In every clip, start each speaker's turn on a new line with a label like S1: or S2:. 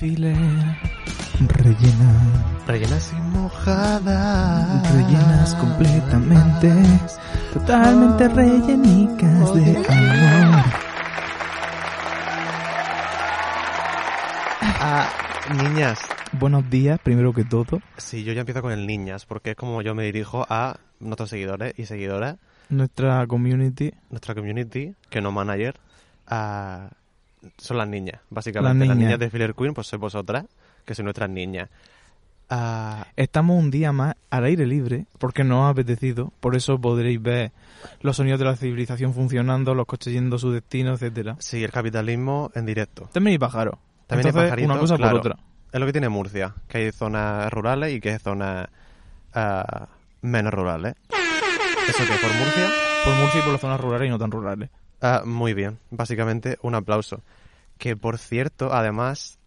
S1: File rellena,
S2: ¿Rellenas?
S3: y mojadas.
S1: rellenas completamente, totalmente rellenicas de amor.
S3: Ah, niñas.
S1: Buenos días, primero que todo.
S3: Sí, yo ya empiezo con el niñas, porque es como yo me dirijo a nuestros seguidores y seguidoras,
S1: Nuestra community,
S3: nuestra community, que no manager, a... son las niñas, básicamente.
S1: Las
S3: Las niñas,
S1: niñas.
S3: de Filler Queen, pues sois vosotras, que sois nuestras niñas. Ah,
S1: estamos un día más al aire libre porque nos ha apetecido. Por eso podréis ver los sonidos de la civilización funcionando, los coches yendo a su destino, etcétera.
S3: sí, el capitalismo en directo.
S1: También hay pájaros.
S3: También hay
S1: Entonces,
S3: pajaritos,
S1: una cosa
S3: claro.
S1: por otra.
S3: Es lo que tiene Murcia, que hay zonas rurales y que hay zonas ah, menos rurales. Eso que por Murcia...
S1: Por Murcia y por las zonas rurales y no tan rurales.
S3: Ah, muy bien, básicamente un aplauso. Que por cierto, además,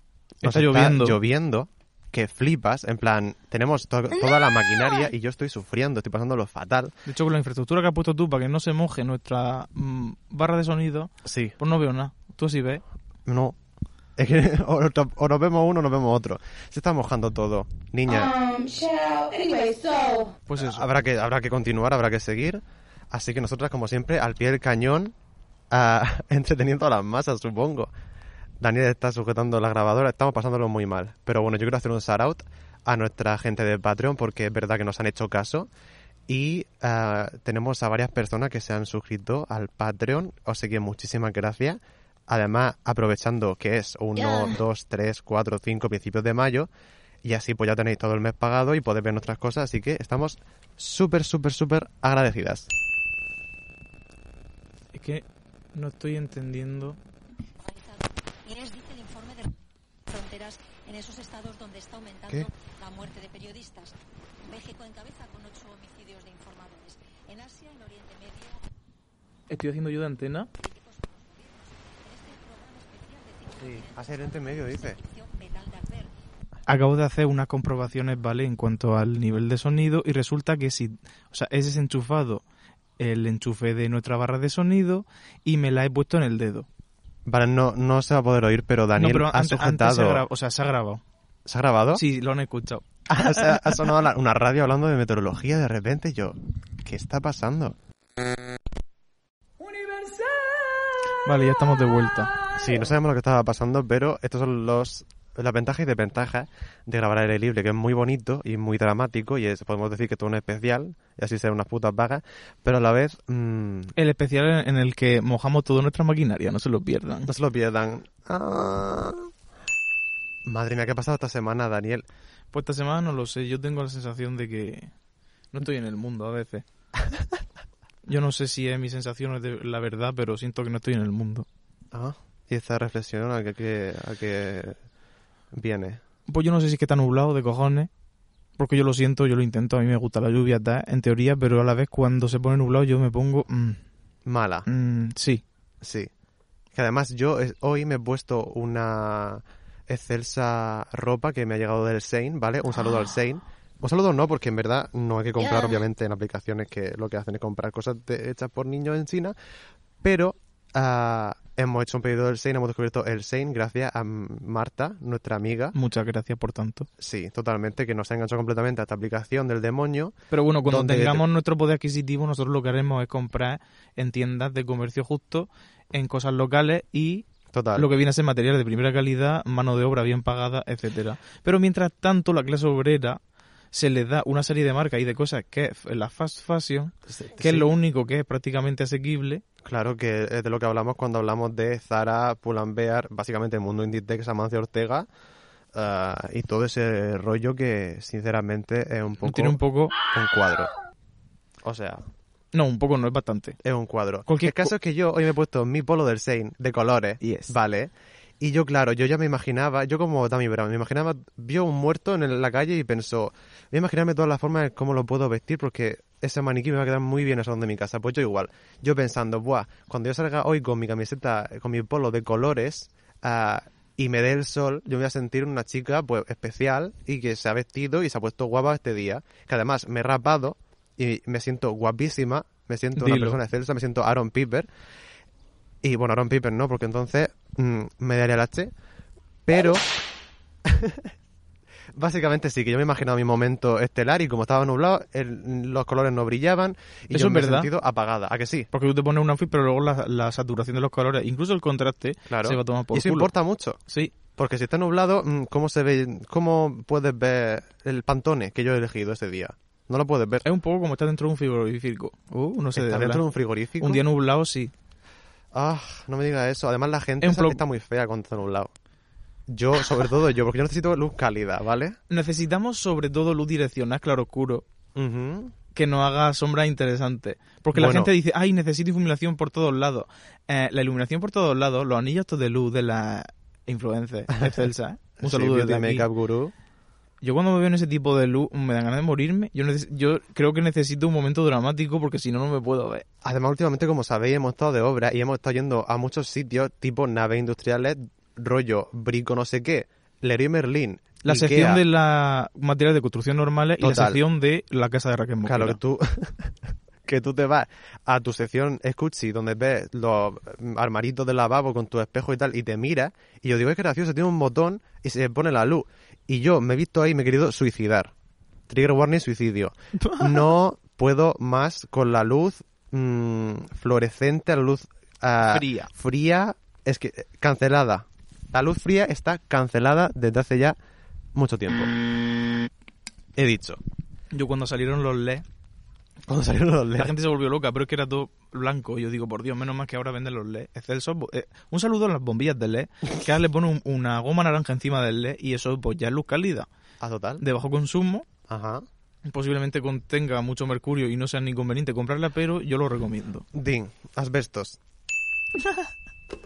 S3: nos
S1: Está lloviendo.
S3: lloviendo, que flipas, en plan, tenemos to- toda la maquinaria y yo estoy sufriendo, estoy pasándolo fatal.
S1: De hecho, con la infraestructura que has puesto tú para que no se moje nuestra mm, barra de sonido,
S3: Sí,
S1: pues no veo nada. Tú sí ves.
S3: no. Es que o, to- o nos vemos uno o nos vemos otro. Se está mojando todo. Niña,
S4: Um, shall anyway, so
S1: Pues eso.
S3: Ah, habrá, que, habrá que continuar, habrá que seguir. Así que nosotras, como siempre, al pie del cañón, ah, entreteniendo a las masas, supongo. Daniel está sujetando la grabadora, estamos pasándolo muy mal. Pero bueno, yo quiero hacer un shout out a nuestra gente de Patreon porque es verdad que nos han hecho caso. Y ah, tenemos a varias personas que se han suscrito al Patreon, así que muchísimas gracias. Además, aprovechando que es 1, 2, 3, 4, 5 principios de mayo, y así pues ya tenéis todo el mes pagado y podéis ver nuestras cosas, así que estamos súper, súper, súper agradecidas.
S1: Ah, Es que no estoy entendiendo.
S5: Inés dice el informe de fronteras en esos estados donde está aumentando
S3: ¿Qué?
S5: la muerte de periodistas. México encabeza con ocho homicidios de informadores. En Asia, en Oriente Medio,
S1: Estoy haciendo yo de antena.
S5: este
S3: Sí, hace en medio, dice.
S5: Egipcio, Metal de Akber,
S1: Acabo de hacer unas comprobaciones, ¿vale? En cuanto al nivel de sonido y resulta que si, o sea, he desenchufado el enchufe de nuestra barra de sonido y me la he puesto en el dedo.
S3: Vale, no, no se va a poder oír, pero
S1: no,
S3: Daniel
S1: pero
S3: ha
S1: an-
S3: sujetado...
S1: antes se ha grabado, o sea, se ha grabado.
S3: ¿Se ha grabado?
S1: Sí, lo han escuchado.
S3: O sea, ha sonado la- una radio hablando de meteorología de repente. Yo, ¿qué está pasando?
S1: Vale, ya estamos de vuelta.
S3: Sí, no sabemos lo que estaba pasando, pero estos son los las ventajas y desventajas de grabar al aire libre, que es muy bonito y muy dramático, y es- podemos decir que todo es un especial, y así ser unas putas vagas, pero a la vez mm,
S1: El especial en en el que mojamos toda nuestra maquinaria, no se lo pierdan.
S3: no se lo pierdan. Ah. Madre mía, ¿qué ha pasado esta semana, Daniel?
S1: Pues esta semana no lo sé, yo tengo la sensación de que no estoy en el mundo a veces. Yo no sé si es mi sensación o es de la verdad, pero siento que no estoy en el mundo.
S3: Ah, y esta reflexión a que, que- a que viene.
S1: Pues yo no sé si es que está nublado de cojones, porque yo lo siento, yo lo intento, a mí me gusta la lluvia, tal, en teoría, pero a la vez cuando se pone nublado yo me pongo... mm,
S3: Mala.
S1: mm, sí,
S3: Sí. Que además yo eh, hoy me he puesto una excelsa ropa que me ha llegado del Sein, ¿vale? Un saludo al Sein. Un saludo no, porque en verdad no hay que comprar, obviamente, en aplicaciones que lo que hacen es comprar cosas de- hechas por niños en China. Pero ah, hemos hecho un pedido del Sein, hemos descubierto el Sein gracias a mm, Marta, nuestra amiga.
S1: muchas gracias por tanto.
S3: Sí, totalmente, que nos ha enganchado completamente a esta aplicación del demonio.
S1: Pero bueno, cuando
S3: ¿Dónde-
S1: tengamos nuestro poder adquisitivo, nosotros lo que haremos es comprar en tiendas de comercio justo, en cosas locales y
S3: Total.
S1: lo que viene a ser material de primera calidad, mano de obra bien pagada, etcétera. Pero mientras tanto, la clase obrera se les da una serie de marcas y de cosas que es la fast fashion,
S3: Sí,
S1: que es
S3: sí.
S1: lo único que es prácticamente asequible.
S3: Claro que es de lo que hablamos cuando hablamos de Zara, Pull&Bear, básicamente el mundo Inditex, Amancio Ortega ah, y todo ese rollo que sinceramente es un poco
S1: Tiene un poco
S3: un cuadro. O sea,
S1: No, un poco no, es bastante.
S3: Es un cuadro.
S1: Cualquier
S3: el caso es que yo hoy me he puesto mi polo del Sein, de colores,
S1: Yes.
S3: ¿vale? Y yo, claro, yo ya me imaginaba, yo como Dami Brown, me imaginaba, vio un muerto en el- la calle y pensó, voy a imaginarme todas las formas de cómo lo puedo vestir porque ese maniquí me va a quedar muy bien al salón de mi casa. Pues yo igual, yo pensando, buah, cuando yo salga hoy con mi camiseta, con mi polo de colores ah, y me dé el sol, yo me voy a sentir una chica pues especial y que se ha vestido y se ha puesto guapa este día. Que además me he rapado y me siento guapísima, me siento una
S1: Dilo.
S3: persona excelsa, me siento Aaron Piper. Y bueno, Aaron Piper no, porque entonces mm, me daría el H. Pero básicamente sí, que yo me imaginaba mi momento estelar y como estaba nublado, el- los colores no brillaban y
S1: Eso
S3: yo
S1: es
S3: me he
S1: verdad.
S3: sentido apagada. ¿A que sí?
S1: Porque tú te pones un outfit, pero luego la, la saturación de los colores, incluso el contraste,
S3: Claro.
S1: se va a tomar por
S3: y eso
S1: culo.
S3: importa mucho.
S1: Sí,
S3: Porque si está nublado, mm, ¿cómo se ve? ¿Cómo puedes ver el pantone que yo he elegido ese día? No lo puedes ver.
S1: es un poco como estar dentro de un frigorífico. Uh, no sé,
S3: está
S1: de
S3: dentro de un
S1: verdad.
S3: frigorífico.
S1: un día nublado, sí.
S3: Ah, no me digas eso. Además, la gente
S1: Es un
S3: esa-
S1: plo-
S3: está muy fea cuando está nublado. Yo, sobre todo yo, porque yo necesito luz cálida, ¿vale?
S1: Necesitamos sobre todo luz direccional, claro oscuro,
S3: Ujú.
S1: que nos haga sombra interesante. Porque la
S3: Bueno.
S1: gente dice, ay, necesito iluminación por todos lados. Eh, la iluminación por todos lados, los anillos estos de luz de la influencer excelsa. ¿eh? Un
S3: Sí,
S1: saludo
S3: Beauty
S1: desde aquí.
S3: Makeup Guru.
S1: Yo cuando me veo en ese tipo de luz me dan ganas de morirme. Yo, neces- yo creo que necesito un momento dramático porque si no, no me puedo ver.
S3: Además, últimamente, como sabéis, hemos estado de obra y hemos estado yendo a muchos sitios tipo naves industriales, rollo, brico, no sé qué, Leroy Merlin.
S1: La
S3: Ikea.
S1: sección de la materiales de construcción normales y la
S3: Total.
S1: sección de la casa de Raquel Mosquera.
S3: Claro, que tú, que tú te vas a tu sección Scucci, donde ves los mm, armaritos del lavabo con tu espejo y tal, y te miras, y yo digo, es gracioso, tiene un botón y se pone la luz. Y yo me he visto ahí y me he querido suicidar. Trigger warning, suicidio. No puedo más con la luz mm, fluorescente, la luz ah,
S1: Fría.
S3: Fría, es que eh, cancelada. La luz fría está cancelada desde hace ya mucho tiempo. He dicho.
S1: Yo cuando salieron los E LED,
S3: Cuando salieron los
S1: la
S3: LEDs.
S1: gente se volvió loca, pero es que era todo blanco. Y Yo digo, por Dios, menos mal que ahora venden los LED. Excelso, bo- eh, un saludo a las bombillas de LED, que ahora le ponen un- una goma naranja encima del LED y eso pues ya es luz cálida,
S3: Ah, total.
S1: de bajo consumo.
S3: Ajá.
S1: Posiblemente contenga mucho mercurio y no sea ni conveniente comprarla, pero yo lo recomiendo.
S3: Din, asbestos.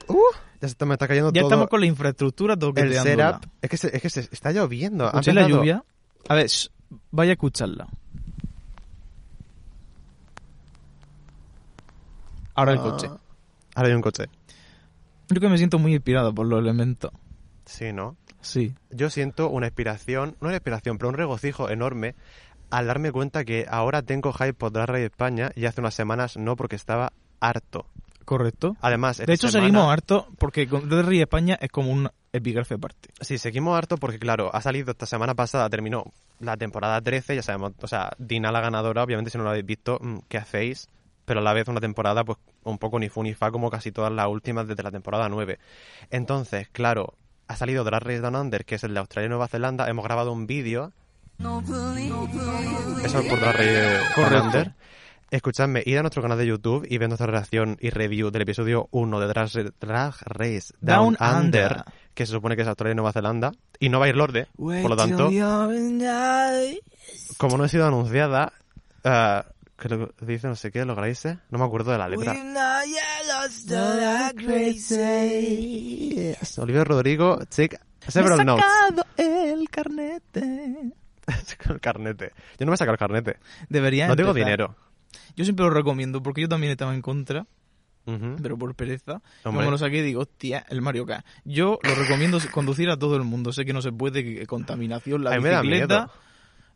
S3: Uh, ya se te- me está cayendo
S1: Ya
S3: todo
S1: estamos con la infraestructura
S3: el
S1: toqueteándola.
S3: setup. Es que, se, es que se está lloviendo. ha
S1: ¿Escucháis la
S3: empezado.
S1: lluvia? A ver, shh, vaya a escucharla. Ahora el
S3: Ah,
S1: coche.
S3: Ahora hay un coche.
S1: Yo que me siento muy inspirado por los elementos.
S3: Sí, ¿no?
S1: Sí.
S3: Yo siento una inspiración, no una inspiración, pero un regocijo enorme al darme cuenta que ahora tengo hype por Drag Race España y hace unas semanas no porque estaba harto.
S1: Correcto.
S3: Además,
S1: De hecho,
S3: seguimos
S1: seguimos hartos porque con Red Ring España es como un epígrafe aparte.
S3: Sí, seguimos harto porque, claro, ha salido esta semana pasada, terminó la temporada 13, ya sabemos, o sea, Dina la ganadora, obviamente si no lo habéis visto, mm, ¿qué hacéis? Pero a la vez una temporada, pues, un poco ni fu ni fa, como casi todas las últimas desde la temporada 9. Entonces, claro, ha salido Drag Race Down Under, que es el de Australia y Nueva Zelanda, hemos grabado un vídeo, eso es por Drag Race Down
S1: Correcto.
S3: Under. Escuchadme, ir a nuestro canal de YouTube y ver nuestra reacción y review del episodio 1 de Drag Race, Drag Race Down,
S1: Down
S3: Under,
S1: Under.
S3: que se supone que es Australia y Nueva Zelanda, y no va a ir Lorde, por lo tanto, como no he sido anunciada, eh, creo que dice no sé qué, los grises, no me acuerdo de la letra. Yes, Oliver Rodrigo, chick, several notes.
S1: el carnete.
S3: Con el carnete. Yo no me he sacado el carnete.
S1: Debería
S3: No tengo
S1: empezar.
S3: dinero.
S1: Yo siempre lo recomiendo porque yo también estaba en contra.
S3: Ujú.
S1: pero por pereza. Yo
S3: Hombre.
S1: me lo saqué y digo, hostia, el Mario Kart. Yo lo recomiendo conducir a todo el mundo. Sé que no se puede, que contaminación, la
S3: A mí me da
S1: bicicleta,
S3: miedo.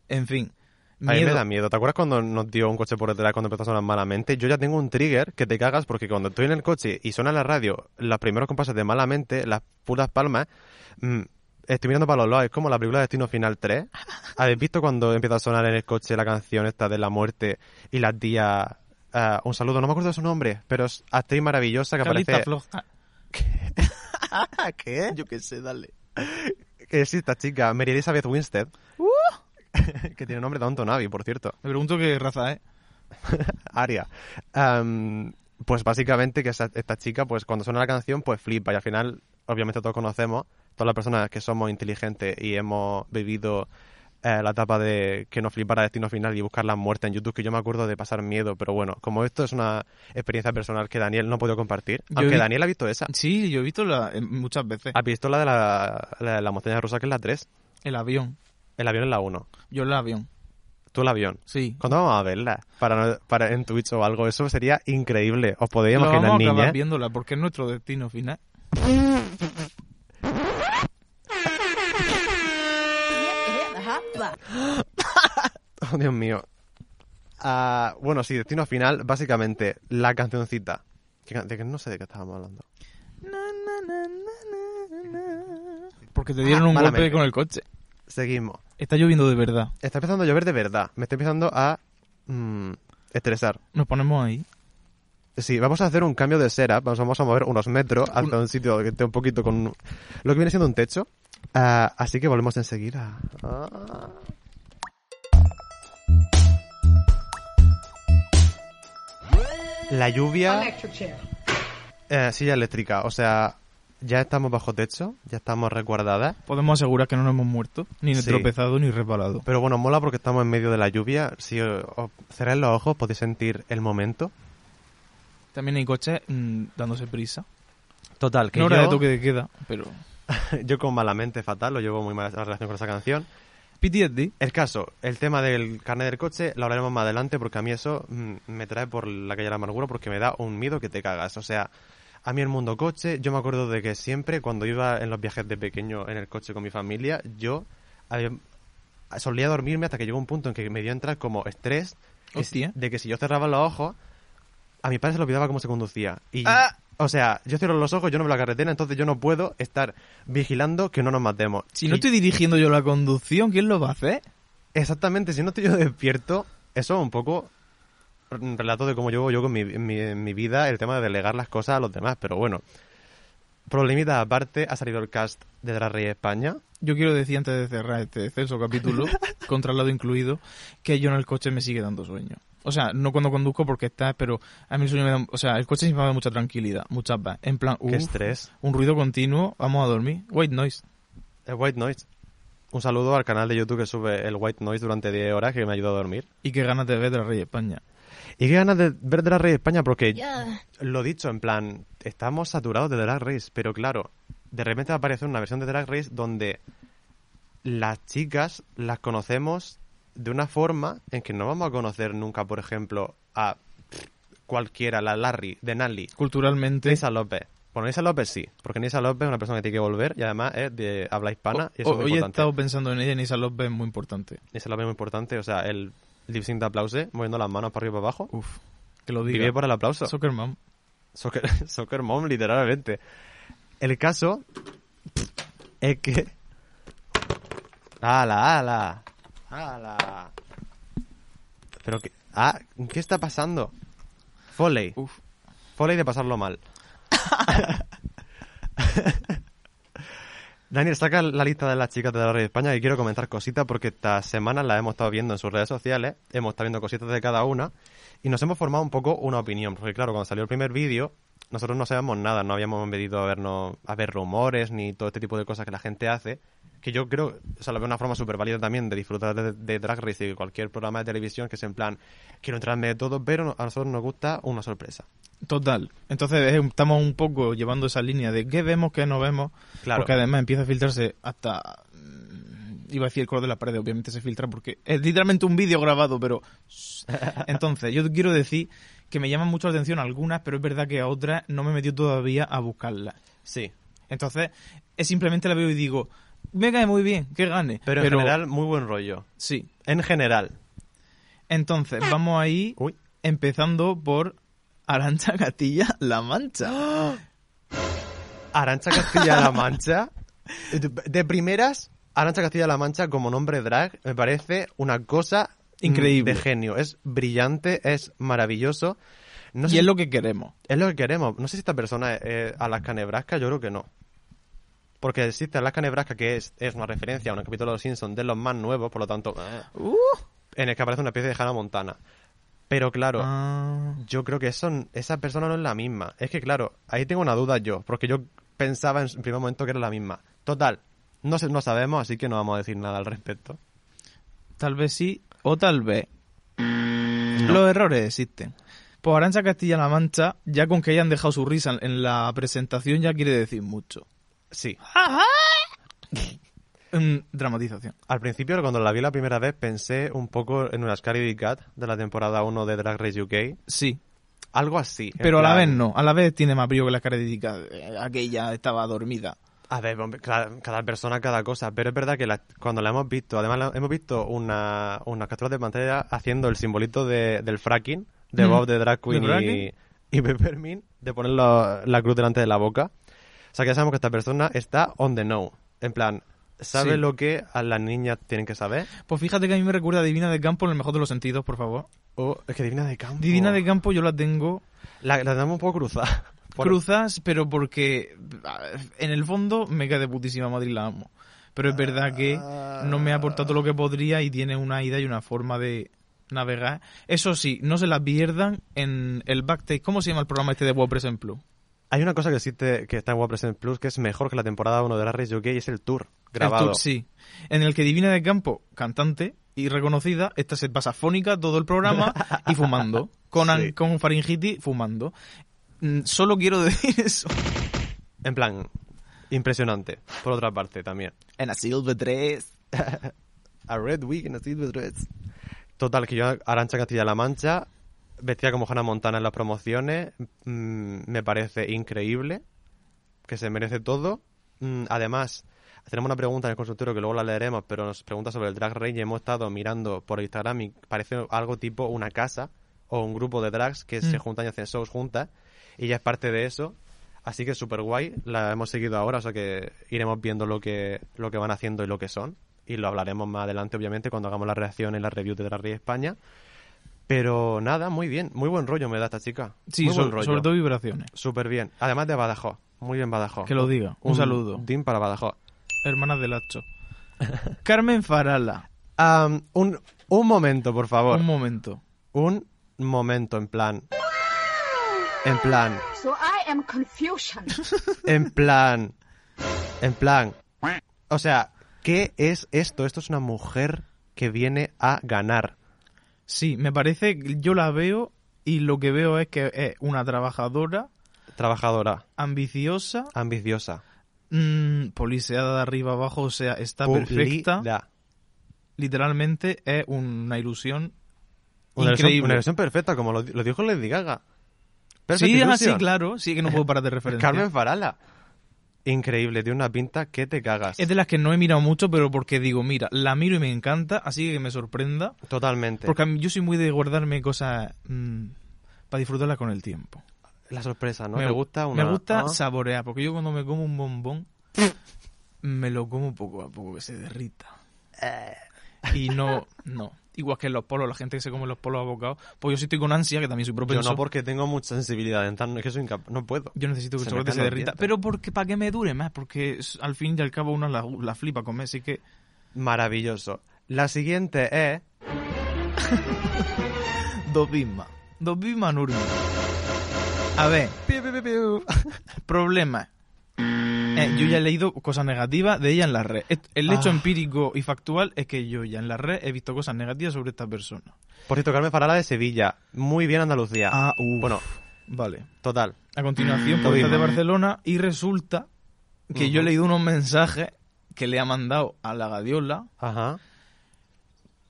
S1: en fin.
S3: A mí me
S1: Miedo.
S3: da miedo. ¿Te acuerdas cuando nos dio un coche por detrás cuando empezó a sonar malamente? Yo ya tengo un trigger que te cagas porque cuando estoy en el coche y suena la radio, los primeros compases de malamente, las putas palmas, mm, estoy mirando para los lados. Es como la película Destino Final 3. ¿Habéis visto cuando empieza a sonar en el coche la canción esta de la muerte y la tía... ah, un saludo, no me acuerdo de su nombre, pero es actriz maravillosa que
S1: Carlita
S3: aparece...
S1: floja.
S3: ¿Qué?
S1: Yo qué sé, dale.
S3: Que Eh, sí, esta chica, Mary Elizabeth Winstead. que tiene nombre de Antonavi, por cierto.
S1: Me pregunto qué raza es.
S3: Aria. Am, pues básicamente que esa- esta chica, pues cuando suena la canción, pues flipa. Y al final, obviamente todos conocemos, todas las personas que somos inteligentes y hemos vivido eh, la etapa de que nos flipara Destino Final y buscar la muerte en YouTube, que yo me acuerdo de pasar miedo, pero bueno, como esto es una experiencia personal que Daniel no ha podido compartir,
S1: Yo
S3: aunque
S1: vi-
S3: Daniel ha visto esa,
S1: Sí, yo he visto la, eh, muchas veces
S3: ha visto la de la, la, de la montaña rusa, que es la 3,
S1: el avión.
S3: el avión es la 1,
S1: Yo el avión,
S3: tú el avión.
S1: sí.
S3: ¿Cuándo vamos a verla? Para, no- para en Twitch o algo, eso sería increíble. ¿Os podéis
S1: Lo vamos a
S3: imaginar,
S1: acabar
S3: niña?
S1: viéndola porque es nuestro destino final.
S3: Oh, Dios mío. Ah, bueno, sí, destino final, básicamente, la cancioncita. ¿Qué can- de qué- no sé de qué estábamos hablando.
S1: Porque te dieron
S3: Ah,
S1: un golpe
S3: malamente.
S1: con el coche.
S3: Seguimos.
S1: Está lloviendo de verdad.
S3: Está empezando a llover de verdad. Me está empezando a mm, estresar.
S1: Nos ponemos ahí.
S3: Sí, vamos a hacer un cambio de setup. Nos vamos a mover unos metros hasta un sitio que esté un poquito con lo que viene siendo un techo. Ah, así que volvemos enseguida. Ah. La lluvia.
S4: Electric chair.
S3: Eh, silla eléctrica, o sea, ya estamos bajo techo, ya estamos resguardadas.
S1: Podemos asegurar que no nos hemos muerto, ni
S3: Sí.
S1: tropezado, ni resbalado.
S3: Pero bueno, mola porque estamos en medio de la lluvia. Si eh, os cerráis los ojos, podéis sentir el momento.
S1: También hay coches mm, dándose prisa.
S3: Total,
S1: No hora de toque de queda, pero...
S3: yo con malamente fatal, lo llevo muy mal la relación con esa canción.
S1: PTSD.
S3: El caso, el tema del carnet del coche lo hablaremos más adelante porque a mí eso mm, me trae por la calle de la amargura porque me da un miedo que te cagas. O sea, a mí el mundo coche, yo me acuerdo de que siempre cuando iba en los viajes de pequeño en el coche con mi familia, yo había- solía dormirme hasta que llegó un punto en que me dio a entrar como estrés que si-
S1: Hostia.
S3: de que si yo cerraba los ojos, a mi padre se le olvidaba cómo se conducía. Y,
S1: Ah.
S3: O sea, yo cierro los ojos, yo no veo la carretera, entonces yo no puedo estar vigilando que no nos matemos.
S1: Si no
S3: Y-
S1: estoy dirigiendo yo la conducción, ¿quién lo va a hacer?
S3: Exactamente, si no estoy yo despierto, eso es un poco un relato de cómo llevo yo con mi, mi- en mi vida el tema de delegar las cosas a los demás, pero bueno. Problemita aparte, ha salido el cast de Drag Race España.
S1: Yo quiero decir antes de cerrar este exceso capítulo, con traslado incluido, que yo en el coche me sigue dando sueño. O sea, no cuando conduzco porque está, pero a mí el sueño me da... O sea, el coche siempre me da mucha tranquilidad, mucha paz. En plan,
S3: Qué
S1: uf,
S3: estrés.
S1: un ruido continuo, vamos a dormir. White noise.
S3: El White Noise. Un saludo al canal de YouTube que sube el White Noise durante 10 horas que me ayuda a dormir.
S1: Y qué ganas de ver de la Rey España.
S3: Y qué ganas de ver Drag Race España porque lo dicho, en plan, estamos saturados de Drag Race, pero claro, de repente aparece una versión de Drag Race donde las chicas las conocemos de una forma en que no vamos a conocer nunca, por ejemplo, a pff, cualquiera, la Larry, de Nally,
S1: Culturalmente...
S3: Nisa López. Bueno, Nisa López sí, porque Nisa López es una persona que tiene que volver y además es de habla hispana y eso
S1: O-
S3: es muy
S1: hoy he
S3: importante.
S1: estado pensando en ella y Nisa López es muy importante.
S3: Nisa López es muy importante, o sea, el lip sync de aplauso, moviendo las manos para arriba y para abajo.
S1: Uf, que lo diga.
S3: Vive por el aplauso.
S1: Soccer Mom.
S3: Soccer, soccer Mom, literalmente. El caso es que... ¡Hala, hala! ¡Hala! Pero qué... Ah, ¿qué está pasando? Foley.
S1: Uf.
S3: Foley de pasarlo mal. Daniel, saca la lista de las chicas de la Red España que quiero comentar cositas porque esta semana las hemos estado viendo en sus redes sociales, hemos estado viendo cositas de cada una y nos hemos formado un poco una opinión. Porque claro, cuando salió el primer vídeo, nosotros no sabíamos nada, no habíamos venido a, vernos, a ver rumores ni todo este tipo de cosas que la gente hace. Que yo creo, o sea, lo veo una forma súper válida también de disfrutar de, de Drag Race y de cualquier programa de televisión que es en plan, quiero entrarme de todo, pero a nosotros nos gusta una sorpresa.
S1: Total. Entonces eh, estamos un poco llevando esa línea de qué vemos, qué no vemos.
S3: Claro.
S1: Porque además empieza a filtrarse hasta... mm, Iba a decir el color de la pared, obviamente se filtra porque es literalmente un vídeo grabado, pero... Entonces, yo quiero decir que me llaman mucho la atención algunas, pero es verdad que a otras no me he metido todavía a buscarlas.
S3: Sí,
S1: Entonces, es simplemente la veo y digo, me cae muy bien, que gane.
S3: Pero, en general, muy buen rollo.
S1: Sí.
S3: En general.
S1: Entonces, vamos ahí
S3: Uy.
S1: empezando por Arancha Gatilla La Mancha.
S3: ¡Ah! Arancha Castilla-La Mancha. De, de primeras, Arancha Castilla-La Mancha como nombre drag me parece una cosa
S1: Increíble.
S3: de genio. Es brillante, es maravilloso. No
S1: Y
S3: sé
S1: es
S3: si-
S1: lo que queremos.
S3: es lo que queremos. No sé si esta persona es, es Alaska Nebraska, yo creo que no. Porque existe Alaska Nebraska, que es, es una referencia a un capítulo de Los Simpsons de los más nuevos, por lo tanto,
S1: Ah.
S3: Uh. en el que aparece una pieza de Hannah Montana. Pero claro,
S1: Ah,
S3: Yo creo que eso, esa persona no es la misma. Es que, claro, ahí tengo una duda yo, porque yo pensaba en su- en primer momento que era la misma. Total, no, sé- no sabemos, así que no vamos a decir nada al respecto.
S1: Tal vez sí o tal vez. Los errores existen. Pues Arancha Castilla-La Mancha, ya con que hayan dejado su risa en- en la presentación, ya quiere decir mucho.
S3: Sí.
S1: Mm, dramatización.
S3: Al principio, cuando la vi la primera vez, pensé un poco en una Scary Big Cat de la temporada 1 de Drag Race UK.
S1: Sí,
S3: Algo así. en
S1: pero a la
S3: plan-
S1: vez no. A la vez tiene más brillo que las características. Eh, Aquella estaba dormida.
S3: A ver, hombre, cada, cada persona, cada cosa. Pero es verdad que la- cuando la hemos visto, además la- hemos visto una, unas capturas de pantalla haciendo el simbolito de- del fracking, de
S1: Mm.
S3: Bob, de Drag Queen
S1: ¿De fracking?
S3: y, y Peppermint, de poner la, la cruz delante de la boca. O sea que ya sabemos que esta persona está on the know. En plan, sabe
S1: Sí.
S3: lo que a las niñas tienen que saber.
S1: Pues fíjate que a mí me recuerda a Divina de Campo en el mejor de los sentidos, por favor.
S3: O es que Divina de Campo.
S1: Divina de Campo yo la tengo
S3: La, la damos un poco cruzada. Por-
S1: cruzas, pero porque ah, en el fondo me cae de putísima Madrid la amo. Pero es verdad que no me ha aportado todo lo que podría y tiene una ida y una forma de navegar. Eso sí, no se la pierdan en el Backstage. ¿Cómo se llama el programa este de WordPress en Plus?
S3: Hay una cosa que existe que está en WordPress Plus que es mejor que la temporada 1 de la Race UK y es el tour grabado.
S1: El tour, sí. En el que Divina de Campo, cantante y reconocida, esta se pasa fónica todo el programa y fumando. Con, an-
S3: Sí.
S1: con faringitis, fumando. Mm, Solo quiero decir eso.
S3: En plan, impresionante. Por otra parte, también.
S1: En Silver 3.
S3: A Red Week en Steve Dress. Total, que yo, Arancha Castilla-La Mancha, vestida como Hannah Montana en las promociones, mm, me parece increíble, que se merece todo. Mm, además, tenemos una pregunta en el consultorio que luego la leeremos, pero nos pregunta sobre el Drag Race y hemos estado mirando por Instagram y parece algo tipo una casa o un grupo de drags que se
S1: Mm.
S3: juntan y hacen shows juntas y ella es parte de eso. Así que súper guay, la hemos seguido ahora, o sea que iremos viendo lo que, lo que van haciendo y lo que son. Y lo hablaremos más adelante, obviamente, cuando hagamos la reacción en la review de Drag Race España. Pero nada, muy bien, muy buen rollo me da esta chica.
S1: Sí,
S3: muy buen
S1: so-
S3: rollo.
S1: sobre todo vibraciones.
S3: Súper bien. Además de Badajoz. Muy bien Badajoz.
S1: Que lo diga. Un, saludo.
S3: Team para Badajoz.
S1: Hermanas del Hacho. Carmen Farala.
S3: Am, un, un momento, por favor.
S1: Un momento.
S3: Un momento, en plan. En plan.
S2: So I am Confucian.
S3: En plan. En plan. O sea, ¿qué es esto? Esto es una mujer que viene a ganar.
S1: Sí, me parece, yo la veo y lo que veo es que es una trabajadora,
S3: Trabajadora,
S1: ambiciosa,
S3: ambiciosa.
S1: mm, poliseada de arriba abajo, o sea, está perfecta.
S3: pulida.
S1: literalmente es una ilusión
S3: Una versión,
S1: increíble.
S3: una versión perfecta, como lo, lo dijo Lady Gaga. Perfect
S1: sí, es así,
S3: illusion.
S1: claro. Sí, que no puedo parar de referencia.
S3: Carmen Farala. Increíble, tiene una pinta que te cagas.
S1: es de las que no he mirado mucho, pero porque digo, mira, la miro y me encanta, así que me sorprenda.
S3: Totalmente.
S1: Porque a mí- yo soy muy de guardarme cosas mm, para disfrutarlas con el tiempo.
S3: la sorpresa, ¿no?
S1: me
S3: Me gusta una...
S1: me gusta
S3: Ah.
S1: saborear, porque yo cuando me como un bombón, me lo como poco a poco, que se derrita.
S3: Eh.
S1: Y no, no. Igual que en los polos, la gente que se come los polos abocados, pues yo sí estoy con ansia, que también soy
S3: Yo
S1: propenso.
S3: no porque tengo mucha sensibilidad dental, es que soy incapaz, no puedo.
S1: Yo necesito que
S3: Se
S1: el
S3: me
S1: chocolate
S3: caen
S1: se
S3: los
S1: derrita.
S3: dientes.
S1: Pero porque para que me dure más, porque s- al fin y al cabo uno la, la flipa comer, así que...
S3: Maravilloso. La siguiente es...
S1: Dos bismas. Dos bismas en urna. A ver. Problema. Eh, yo ya he leído cosas negativas de ella en la red. Et- El hecho
S3: Ah.
S1: empírico y factual es que yo ya en la red he visto cosas negativas sobre esta persona.
S3: Por cierto, Carmen Farala de Sevilla. Muy bien Andalucía.
S1: Ah, uf.
S3: Bueno,
S1: Vale.
S3: total.
S1: A continuación,
S3: Lo
S1: por
S3: mismo.
S1: de Barcelona y resulta que yo he
S3: Mm, Ujú.
S1: leído unos mensajes que le ha mandado a la gadiola
S3: Ajá.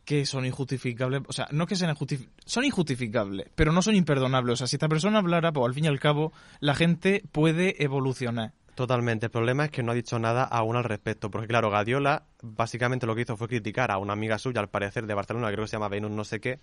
S1: que son injustificables, o sea, no que sean injustificables, son injustificables, pero no son imperdonables. O sea, si esta persona hablara, pues al fin y al cabo, la gente puede evolucionar.
S3: Totalmente. El problema es que no ha dicho nada aún al respecto. Porque, claro, Gadiola básicamente lo que hizo fue criticar a una amiga suya, al parecer de Barcelona, creo que se llama Venus, no sé qué.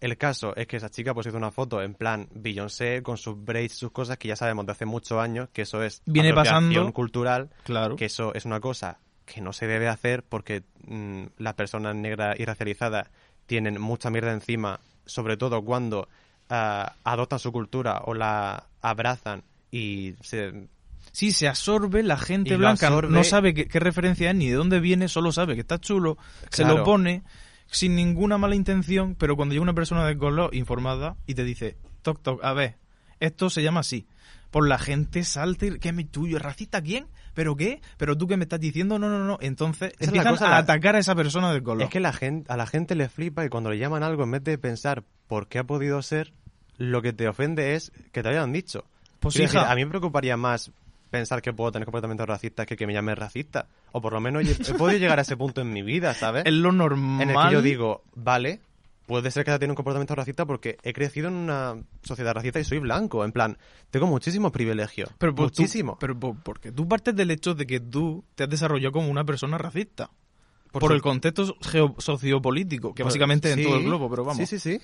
S3: El caso es que esa chica pues hizo una foto en plan Beyoncé con sus braids, sus cosas que ya sabemos de hace muchos años que eso es
S1: Viene
S3: apropiación
S1: pasando.
S3: cultural,
S1: Claro.
S3: que eso es una cosa que no se debe hacer porque mm, las personas negras y racializadas tienen mucha mierda encima, sobre todo cuando ah, adoptan su cultura o la abrazan y se
S1: Sí, se absorbe, la
S3: Y
S1: gente
S3: lo
S1: blanca
S3: absorbe.
S1: no sabe qué, qué referencia es ni de dónde viene, solo sabe que está chulo, se lo
S3: Claro.
S1: pone sin ninguna mala intención, pero cuando llega una persona de color informada y te dice, toc, toc, a ver, esto se llama así. por la gente salta y que es mi tuyo, racista quién, pero qué, pero tú que me estás diciendo, no, no, no. Entonces
S3: es la
S1: empiezan
S3: cosa,
S1: a
S3: la-
S1: atacar a esa persona del color.
S3: Es que la gente, a la gente le flipa y cuando le llaman algo, en vez de pensar por qué ha podido ser, lo que te ofende es que te hayan dicho.
S1: Pues
S3: Quiero
S1: hija.
S3: decir, a mí me preocuparía más pensar que puedo tener comportamientos racistas que que me llamen racista. O por lo menos lle- he podido llegar a ese punto en mi vida, ¿sabes?
S1: es lo normal.
S3: en el que yo digo, vale, puede ser que haya tenido un comportamiento racista porque he crecido en una sociedad racista y soy blanco. En plan, tengo muchísimos privilegios.
S1: Pero por- tú-
S3: muchísimo.
S1: pero por- porque tú partes del hecho de que tú te has desarrollado como una persona racista. Por,
S3: su-
S1: el contexto geo- sociopolítico, que
S3: Por-
S1: básicamente es en
S3: sí.
S1: todo el globo, pero vamos.
S3: Sí, sí, sí.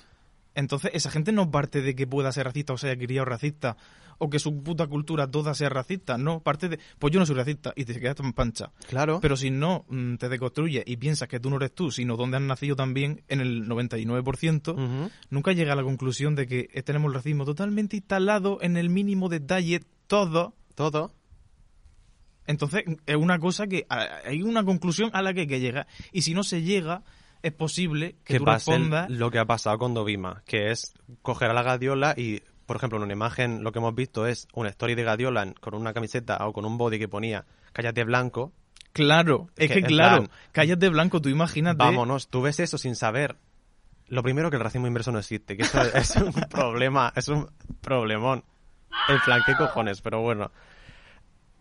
S1: Entonces, esa gente no parte de que pueda ser racista o se haya criado racista, o que su puta cultura toda sea racista, no, parte de, pues yo no soy racista y te quedas tan pancha.
S3: Claro.
S1: Pero si no mm, te deconstruyes y piensas que tú no eres tú, sino donde has nacido también, en el 99%,
S3: Ujú.
S1: nunca llega a la conclusión de que eh, tenemos el racismo totalmente instalado en el mínimo detalle todo.
S3: Todo.
S1: Entonces, es una cosa que a- hay una conclusión a la que hay que llegar. Y si no se llega, es posible que,
S3: que
S1: tú
S3: pase
S1: respondas.
S3: lo que ha pasado con Dovima, que es coger a la gadiola y, por ejemplo, en una imagen lo que hemos visto es una story de gadiola en- con una camiseta o con un body que ponía cállate blanco.
S1: Claro, es
S3: que,
S1: que,
S3: en
S1: claro,
S3: plan,
S1: cállate blanco, tú imagínate.
S3: Vámonos, tú ves eso sin saber. Lo primero que el racismo inverso no existe, que eso es un problema, es un problemón. En plan, ¿qué cojones? Pero bueno.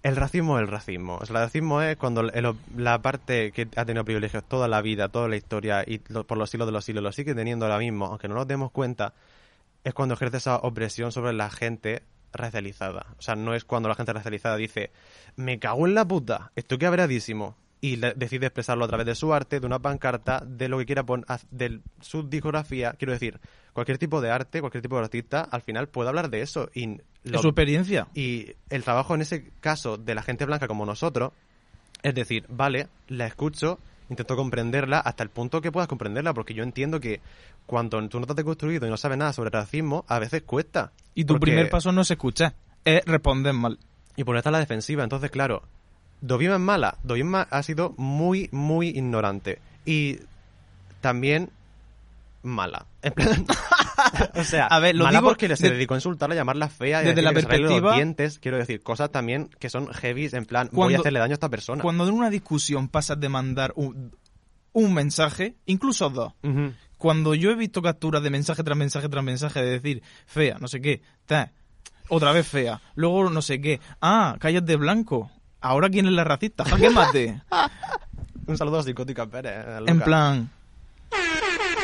S3: El racismo es el racismo. O sea, el racismo es cuando el- la parte que ha tenido privilegios toda la vida, toda la historia y lo- por los siglos de los siglos lo sigue teniendo ahora mismo, aunque no nos demos cuenta, es cuando ejerce esa opresión sobre la gente racializada. O sea, no es cuando la gente racializada dice, me cago en la puta, estoy quebradísimo. Y le- decide expresarlo a través de su arte, de una pancarta, de lo que quiera poner, de su discografía. Quiero decir, cualquier tipo de arte, cualquier tipo de artista, al final puede hablar de eso. Y
S1: Es
S3: lo-
S1: su experiencia.
S3: y el trabajo en ese caso de la gente blanca como nosotros es decir, vale, la escucho, intento comprenderla hasta el punto que puedas comprenderla, porque yo entiendo que cuando tú no te has deconstruido y no sabes nada sobre racismo, a veces cuesta.
S1: Y tu
S3: Porque-
S1: primer paso no se escucha, es responder mal.
S3: Y por estar a la defensiva, entonces, claro, Dovima es mala. Dovima ha sido muy, muy ignorante. Y también mala. En plan- o sea,
S1: A ver, lo
S3: mala
S1: digo
S3: porque le se
S1: de-
S3: dedicó a insultarla, a llamarla fea, y
S1: desde
S3: a decirle
S1: la
S3: que se arregle
S1: perspectiva-
S3: los dientes, quiero decir, cosas también que son heavy, en plan, voy a
S1: Cuando-
S3: hacerle daño a esta persona.
S1: Cuando en una discusión pasas de mandar un, un mensaje, incluso dos,
S3: Ujú.
S1: cuando yo he visto capturas de mensaje tras mensaje tras mensaje de decir fea, no sé qué, ta, otra vez fea, luego no sé qué, ah, cállate blanco, ahora quién es la racista, jaque mate.
S3: Un saludo a Psicótica Pérez. eh, Luca.
S1: en plan,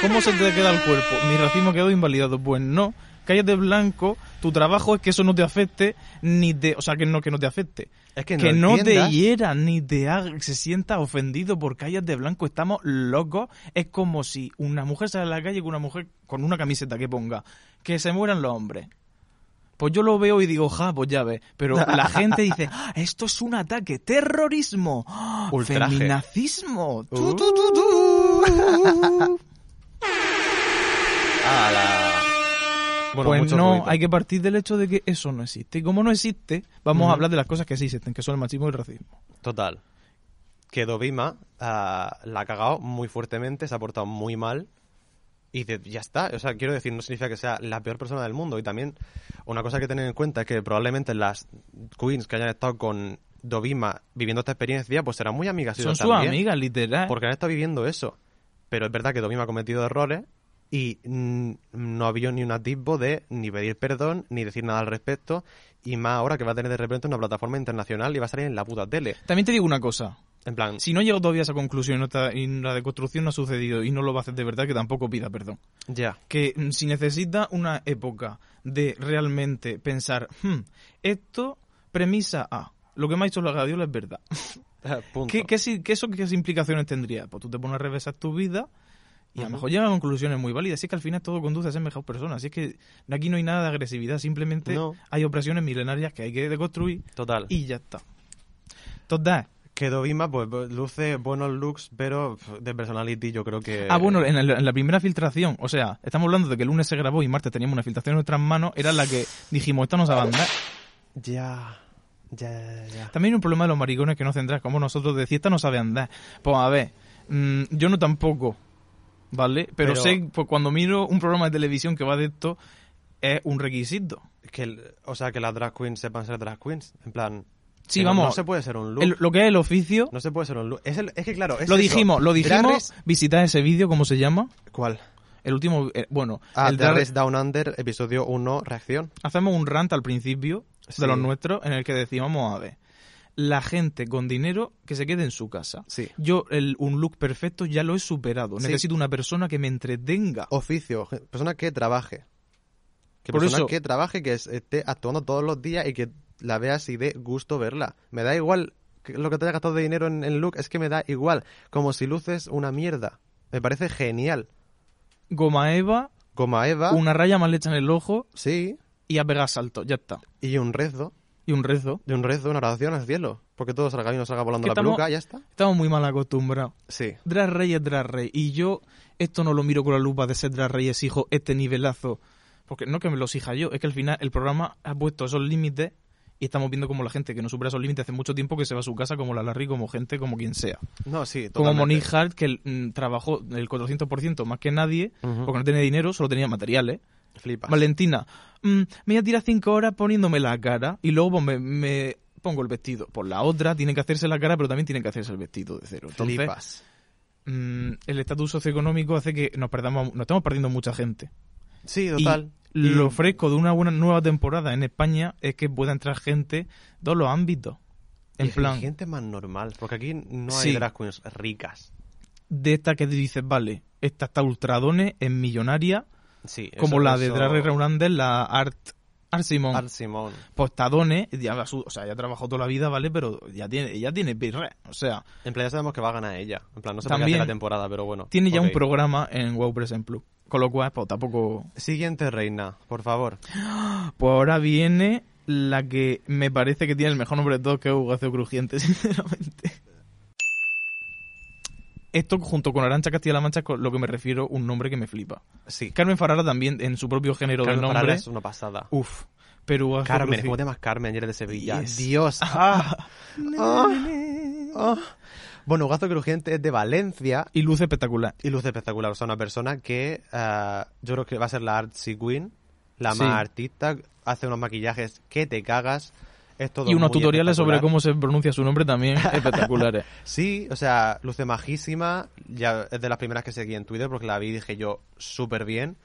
S1: ¿cómo se te queda el cuerpo? Mi racismo quedó invalidado. Pues no, cállate blanco, tu trabajo es que eso no te afecte, ni te, o sea, que no, que no te afecte.
S3: Es que no,
S1: Que no te
S3: entiendas-
S1: hiera ni te haga, se sienta ofendido por calles de blanco, estamos locos. Es como si una mujer sale a la calle con una mujer con una camiseta que ponga que se mueran los hombres. Pues yo lo veo y digo, ja, pues ya ves. Pero la gente dice, "Ah, esto es un ataque, terrorismo, ¡Ah,
S3: Ultraje.
S1: feminazismo. tu,
S3: Uh.
S1: tu, tu, tu".
S3: ¡Hala! Bueno,
S1: pues
S3: mucho
S1: no,
S3: ruido.
S1: hay que partir del hecho de que eso no existe. Y como no existe, vamos a hablar de las cosas que sí existen, que son el machismo y el racismo.
S3: Total. Que Dovima ah, la ha cagado muy fuertemente, se ha portado muy mal. Y de- ya está. O sea, quiero decir, no significa que sea la peor persona del mundo. Y también, una cosa que tener en cuenta es que probablemente las queens que hayan estado con Dovima viviendo esta experiencia, pues serán muy amigas.
S1: Son
S3: ellos
S1: sus
S3: también,
S1: amigas, ¿eh? literal.
S3: Porque han estado viviendo eso. Pero es verdad que Dovima ha cometido errores y mm, no ha habido ni un atisbo de ni pedir perdón, ni decir nada al respecto. Y más ahora que va a tener de repente una plataforma internacional y va a salir en la puta tele.
S1: También te digo una cosa.
S3: En plan,
S1: Si no llega todavía a esa conclusión y, no está- y la deconstrucción no ha sucedido y no lo va a hacer de verdad, que tampoco pida perdón.
S3: ya.
S1: Que mm, si necesita una época de realmente pensar, "Hmm, esto premisa A, lo que me ha dicho la gadiola es verdad.
S3: Eh, Punto.
S1: ¿Qué, qué, si- qué eso- qué implicaciones tendría? Pues tú te pones a revisar tu vida y a lo mejor llegas a conclusiones muy válidas. Si es que al final todo conduce a ser mejor persona. Si es que aquí no hay nada de agresividad, simplemente
S3: No.
S1: hay opresiones milenarias que hay que deconstruir
S3: Total. Y
S1: y ya está. Total.
S3: que Dovima, pues bu- luce buenos looks, pero pf, de personality yo creo que.
S1: Ah, bueno, en, el- en la primera filtración, o sea, estamos hablando de que el lunes se grabó y martes teníamos una filtración en nuestras manos, era la que dijimos, esta no se abandona.
S3: Ya. Ya, ya, ya.
S1: También hay un problema de los maricones que no tendrás, como nosotros de esta no sabe andar. Pues a ver, mm, yo no tampoco, ¿vale? Pero,
S3: Pero-
S1: sé, pues cuando miro un programa de televisión que va de esto, es un requisito.
S3: Que, el- o sea, que las drag queens sepan ser drag queens. En plan.
S1: Sí,
S3: que no-
S1: vamos.
S3: No se puede ser un look.
S1: El- lo que es el oficio,
S3: No se puede ser un look. Es, el- es que claro. es
S1: lo
S3: eso.
S1: dijimos, lo dijimos.
S3: Drag Race-
S1: Visitad ese vídeo, ¿cómo se llama?
S3: ¿Cuál?
S1: El último, eh, bueno,
S3: Ah,
S1: el
S3: Drag
S1: Drag-
S3: Race Down Under, episodio 1, reacción.
S1: hacemos un rant al principio
S3: Sí.
S1: de los nuestros en el que decimos, vamos a ver, la gente con dinero que se quede en su casa.
S3: Sí.
S1: Yo el, un look perfecto ya lo he superado.
S3: Sí.
S1: Necesito una persona que me entretenga.
S3: Oficio, ge- persona que trabaje. Que
S1: Por
S3: persona
S1: eso-
S3: que trabaje, que es- esté actuando todos los días y que la vea así de gusto verla. Me da igual que- lo que te haya gastado de dinero en, en look, es que me da igual. Como si luces una mierda. Me parece genial.
S1: Goma Eva,
S3: Como a Eva,
S1: una raya mal hecha en el ojo
S3: sí,
S1: y a pegar salto, ya está.
S3: y un rezo.
S1: Y un rezo.
S3: De un rezo, una oración al cielo. Porque todo salga bien, no salga volando
S1: Que
S3: la
S1: estamos-
S3: peluca, ya está.
S1: Estamos muy mal acostumbrados.
S3: Sí.
S1: Drag Rey es Drag Rey. Y yo esto no lo miro con la lupa de ser Drag Rey exijo este nivelazo. Porque no que me lo exija yo, es que al final el programa ha puesto esos límites y estamos viendo como la gente que no supera esos límites hace mucho tiempo que se va a su casa como la Larry, como gente, como quien sea.
S3: No, sí,
S1: Como
S3: totalmente.
S1: Monique Hart, que mm, trabajó el 400% más que nadie,
S3: Ujú.
S1: porque no tenía dinero, solo tenía materiales.
S3: Flipas.
S1: Valentina, mm, me voy a tirar cinco horas poniéndome la cara y luego pues, me, me pongo el vestido. Por la otra, tienen que hacerse la cara, pero también tienen que hacerse el vestido de cero. Entonces,
S3: Flipas.
S1: mm, el estatus socioeconómico hace que nos perdamos, nos estamos perdiendo mucha gente.
S3: Sí,
S1: Y
S3: total.
S1: lo fresco de una buena nueva temporada en España es que pueda entrar gente de todos los ámbitos. En
S3: Y- y
S1: plan,
S3: gente más normal, porque aquí no hay
S1: Sí.
S3: drag queens ricas.
S1: de esta que dices, vale, esta está ultradones, es millonaria,
S3: Sí, eso-
S1: como la de
S3: eso-
S1: Drag Race Reunandes, la Art, Art Simon.
S3: Art Simone.
S1: Postadone, ya, va su- o sea, ya trabajó toda la vida, ¿vale? Pero ya tiene, ya tiene birre. O sea,
S3: En plan, ya sabemos que va a ganar ella. En plan, no sé por qué hace
S1: También
S3: la temporada, pero bueno.
S1: tiene ya
S3: ok.
S1: un programa en WoW Present Plus. Con lo cual, pues tampoco.
S3: Siguiente reina, por favor.
S1: Pues ahora viene la que me parece que tiene el mejor nombre de todos, que es Hugacio Crujiente, sinceramente. Esto junto con Arancha Castilla-La Mancha es con lo que me refiero, un nombre que me flipa.
S3: Sí.
S1: Carmen Farara también, en su propio género
S3: Carmen
S1: de
S3: Farala
S1: nombre. Uh,
S3: es una pasada.
S1: Uf. Pero Hugo Hacio
S3: Carmen,
S1: Crujiente-
S3: ¿cómo te llamas Carmen? Y eres de Sevilla.
S1: Yes.
S3: Dios.
S1: Ah,
S3: Ah. Bueno, Gazo Crujiente es de Valencia
S1: y luce espectacular.
S3: y luce espectacular. O sea, una persona que ah, yo creo que va a ser la artsy queen, la
S1: Sí.
S3: más artista. Hace unos maquillajes que te cagas. Es todo
S1: Y unos
S3: muy
S1: tutoriales sobre
S3: espectacular.
S1: cómo se pronuncia su nombre también espectaculares.
S3: Sí, o sea, luce majísima. Ya es de las primeras que seguí en Twitter porque la vi y dije yo súper bien.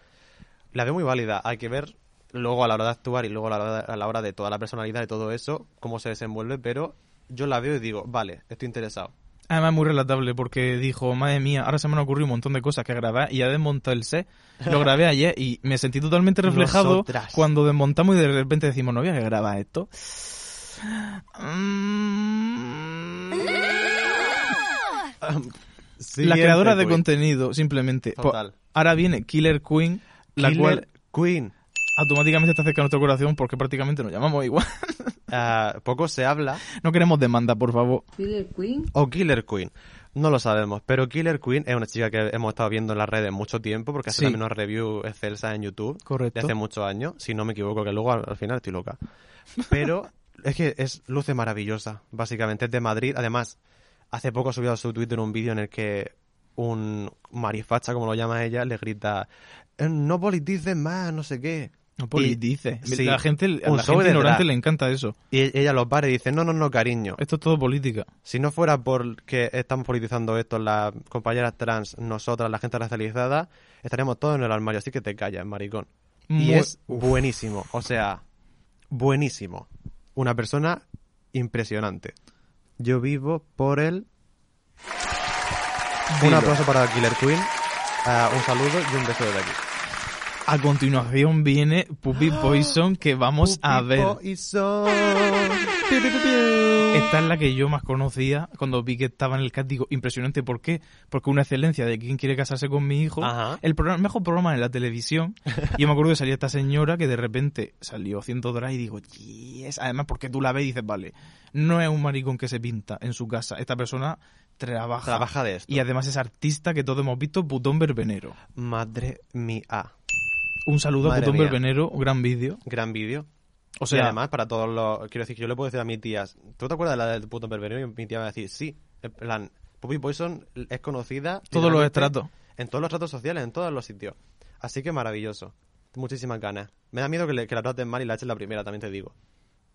S3: La veo muy válida. Hay que ver luego a la hora de actuar y luego a la hora de, a la hora de toda la personalidad y todo eso, cómo se desenvuelve, pero yo la veo y digo, vale, estoy interesado.
S1: Además, muy relatable porque dijo: Madre mía, ahora se me han ocurrido un montón de cosas que grabar y ya desmontado el set. Lo grabé ayer y me sentí totalmente reflejado
S3: Nosotras.
S1: cuando desmontamos y de repente decimos: No voy a grabar esto. Mm. La creadora de contenido, simplemente. Po-
S3: Total.
S1: Ahora viene Killer Queen, la
S3: Killer
S1: cual
S3: Queen.
S1: automáticamente está cerca a nuestro corazón porque prácticamente nos llamamos igual.
S3: Ah, poco se habla.
S1: No queremos demanda, por favor.
S3: O Killer Queen. No lo sabemos, pero Killer Queen es una chica que hemos estado viendo en las redes mucho tiempo porque hace
S1: Sí.
S3: también una review excelsa en YouTube
S1: Correcto.
S3: de hace muchos años, si no me equivoco, que luego al, al final estoy loca. Pero es que es luce maravillosa, básicamente. Es de Madrid. Además, hace poco ha subido a su Twitter un vídeo en el que un marifacha, como lo llama ella, le grita "Eh, no politices más, no sé qué.
S1: No, Poli,
S3: Y-
S1: dice.
S3: sí.
S1: la gente, a
S3: Un
S1: la
S3: sobre
S1: gente
S3: de
S1: ignorante
S3: drag.
S1: le encanta eso.
S3: Y e-, ella lo para y dice, no, no, no, cariño.
S1: Esto es todo política.
S3: Si no fuera porque estamos politizando esto, las compañeras trans, nosotras, la gente racializada, estaríamos todos en el armario. Así que te callas, maricón.
S1: Muy-
S3: Y es buenísimo. O sea, buenísimo. Una persona impresionante. Yo vivo por él. Un
S1: Dilo.
S3: aplauso para Killer Queen. Ah, un saludo y un beso desde aquí.
S1: A continuación viene Puppy Poison que vamos a ver.
S3: Poison.
S1: Esta es la que yo más conocía cuando vi que estaba en el cast. Digo, impresionante, ¿por qué? Porque una excelencia de quien quiere casarse con mi hijo.
S3: Ajá.
S1: El, programa, el mejor programa en la televisión. Y yo me acuerdo que salía esta señora que de repente salió haciendo drag y digo, yes. Además, porque tú la ves y dices, vale, no es un maricón que se pinta en su casa. Esta persona trabaja.
S3: Trabaja de esto.
S1: Y además es artista que todos hemos visto, Putón Verbenero.
S3: Madre mía.
S1: Un saludo
S3: Madre
S1: a Putón
S3: mía.
S1: Verbenero, gran vídeo.
S3: Gran vídeo.
S1: O
S3: y
S1: sea,
S3: además, para todos los. Quiero decir que yo le puedo decir a mis tías, ¿tú te acuerdas de la del puto perverino? Y mi tía me va a decir, sí. En plan, Poppy Poison es conocida.
S1: todos los
S3: literalmente,
S1: estratos.
S3: En todos los estratos sociales, en todos los sitios. Así que maravilloso. Muchísimas ganas. Me da miedo que, le- que la traten mal y la echen la primera, también te digo.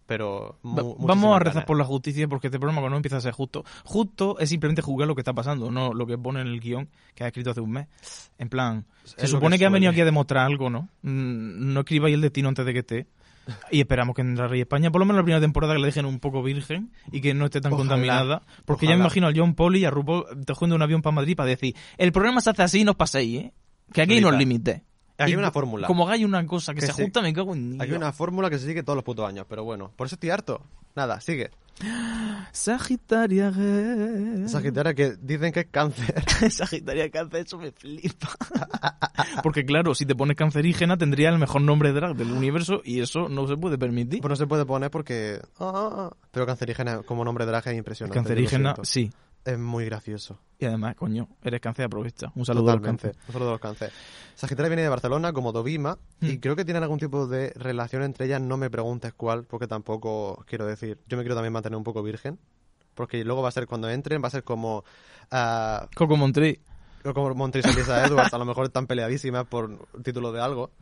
S3: Pero. mu-
S1: Va- Vamos
S3: muchísimas
S1: a rezar
S3: ganas.
S1: por la justicia porque este problema no empieza a ser justo. Justo es simplemente juzgar lo que está pasando, no lo que pone en el guión que ha escrito hace un mes. En plan, se
S3: lo
S1: supone
S3: que
S1: que, han venido
S3: suele.
S1: aquí a demostrar algo, ¿no? Mm, No escribáis el destino antes de que esté. Y esperamos que en la Rey España, por lo menos la primera temporada, que la dejen un poco virgen y que no esté tan
S3: Ojalá.
S1: contaminada. Porque ya me
S3: Ojalá.
S1: imagino a John Poli y a RuPaul cogiendo un avión para Madrid para decir: el programa se hace así y no os paséis, ¿eh? Que aquí hay unos
S3: Flipa.
S1: límites.
S3: Aquí
S1: Y
S3: hay una
S1: co-
S3: fórmula.
S1: Como hagáis una cosa que,
S3: Que
S1: se
S3: sí.
S1: ajusta, me cago en Dios.
S3: Aquí hay una fórmula que se sigue todos los putos años, pero bueno. Por eso estoy harto. Nada, sigue.
S1: Sagitaria. Girl.
S3: Sagitaria que dicen que es cáncer.
S1: Sagitaria cáncer, eso me flipa. Porque claro, si te pones cancerígena tendría el mejor nombre drag del universo y eso no se puede permitir.
S3: Pero Pues no se puede poner porque. ah, ah, ah. Pero cancerígena como nombre de drag es impresionante.
S1: cancerígena,
S3: yo lo siento.
S1: sí.
S3: Es muy gracioso.
S1: Y además, coño, eres cáncer, aprovecha. Un saludo al
S3: Totalmente.
S1: cáncer.
S3: Un saludo a los cáncer. Sagitaria viene de Barcelona como Dovima y
S1: Hmm.
S3: creo que tienen algún tipo de relación entre ellas. No me preguntes cuál, porque tampoco quiero decir. Yo me quiero también mantener un poco virgen. Porque luego va a ser cuando entren, va a ser como. ah,
S1: Coco Montré.
S3: como Montrés y Lisa Edwards, a lo mejor están peleadísimas por título de algo.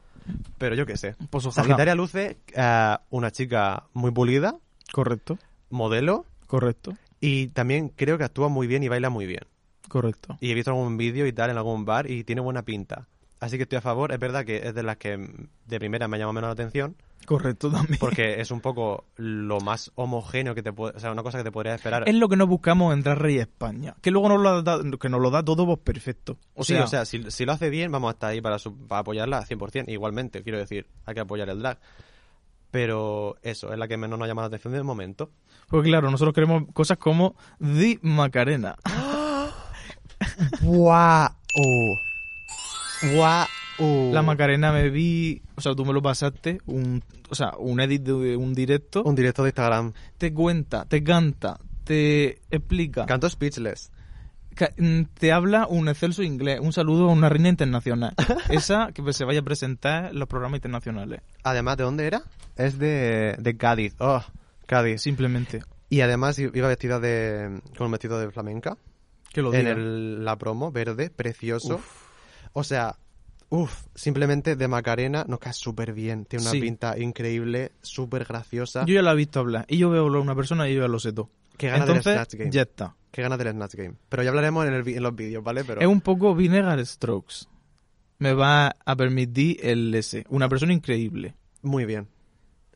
S3: Pero yo qué sé.
S1: Pues ojalá.
S3: Sagitaria luce ah, una chica muy pulida,
S1: Correcto,
S3: modelo,
S1: correcto,
S3: y también creo que actúa muy bien y baila muy bien.
S1: correcto.
S3: Y he visto algún vídeo y tal en algún bar y tiene buena pinta. Así que estoy a favor. Es verdad que es de las que mm, de primera me llama menos la atención
S1: Correcto también.
S3: porque es un poco lo más homogéneo que te puede... O sea, una cosa que te podrías esperar.
S1: Es lo que no buscamos en Drag Race España. Que luego nos lo da, que nos lo da todo pues, perfecto. O
S3: Sí,
S1: sea,
S3: o sea, si, si lo hace bien, vamos a estar ahí para, su- para apoyarla 100%. Igualmente, quiero decir, hay que apoyar el drag. Pero eso, es la que menos nos llama la atención de momento.
S1: pues claro, nosotros queremos cosas como The Macarena.
S3: ¡Guau! ¡Guau!
S1: La Macarena me vi, o sea, tú me lo pasaste, un, o sea, un edit de un directo,
S3: Un directo de Instagram.
S1: te cuenta, te canta, te explica,
S3: Canto Speechless.
S1: ca- mm, te habla un excelso inglés, un saludo a una reina internacional, esa que pues, se vaya a presentar en los programas internacionales,
S3: Además, ¿de dónde era? Es de, de Cádiz. Oh, Cádiz.
S1: simplemente,
S3: Y además i- iba vestida de. con un vestido de flamenca.
S1: que lo
S3: En
S1: diga.
S3: el- la promo, verde, precioso. O sea, uff, simplemente de Macarena nos cae súper bien. Tiene una
S1: Sí.
S3: pinta increíble, súper graciosa.
S1: Yo ya la he visto hablar, y yo veo a una persona y yo ya lo sé todo.
S3: Qué ganas del
S1: Entonces,
S3: Snatch Game.
S1: ya está.
S3: Qué ganas del Snatch Game. Pero ya hablaremos en, el vi- en los vídeos, ¿vale? Pero
S1: Es un poco Vinegar Strokes. Me va a permitir el S, una persona increíble.
S3: muy bien.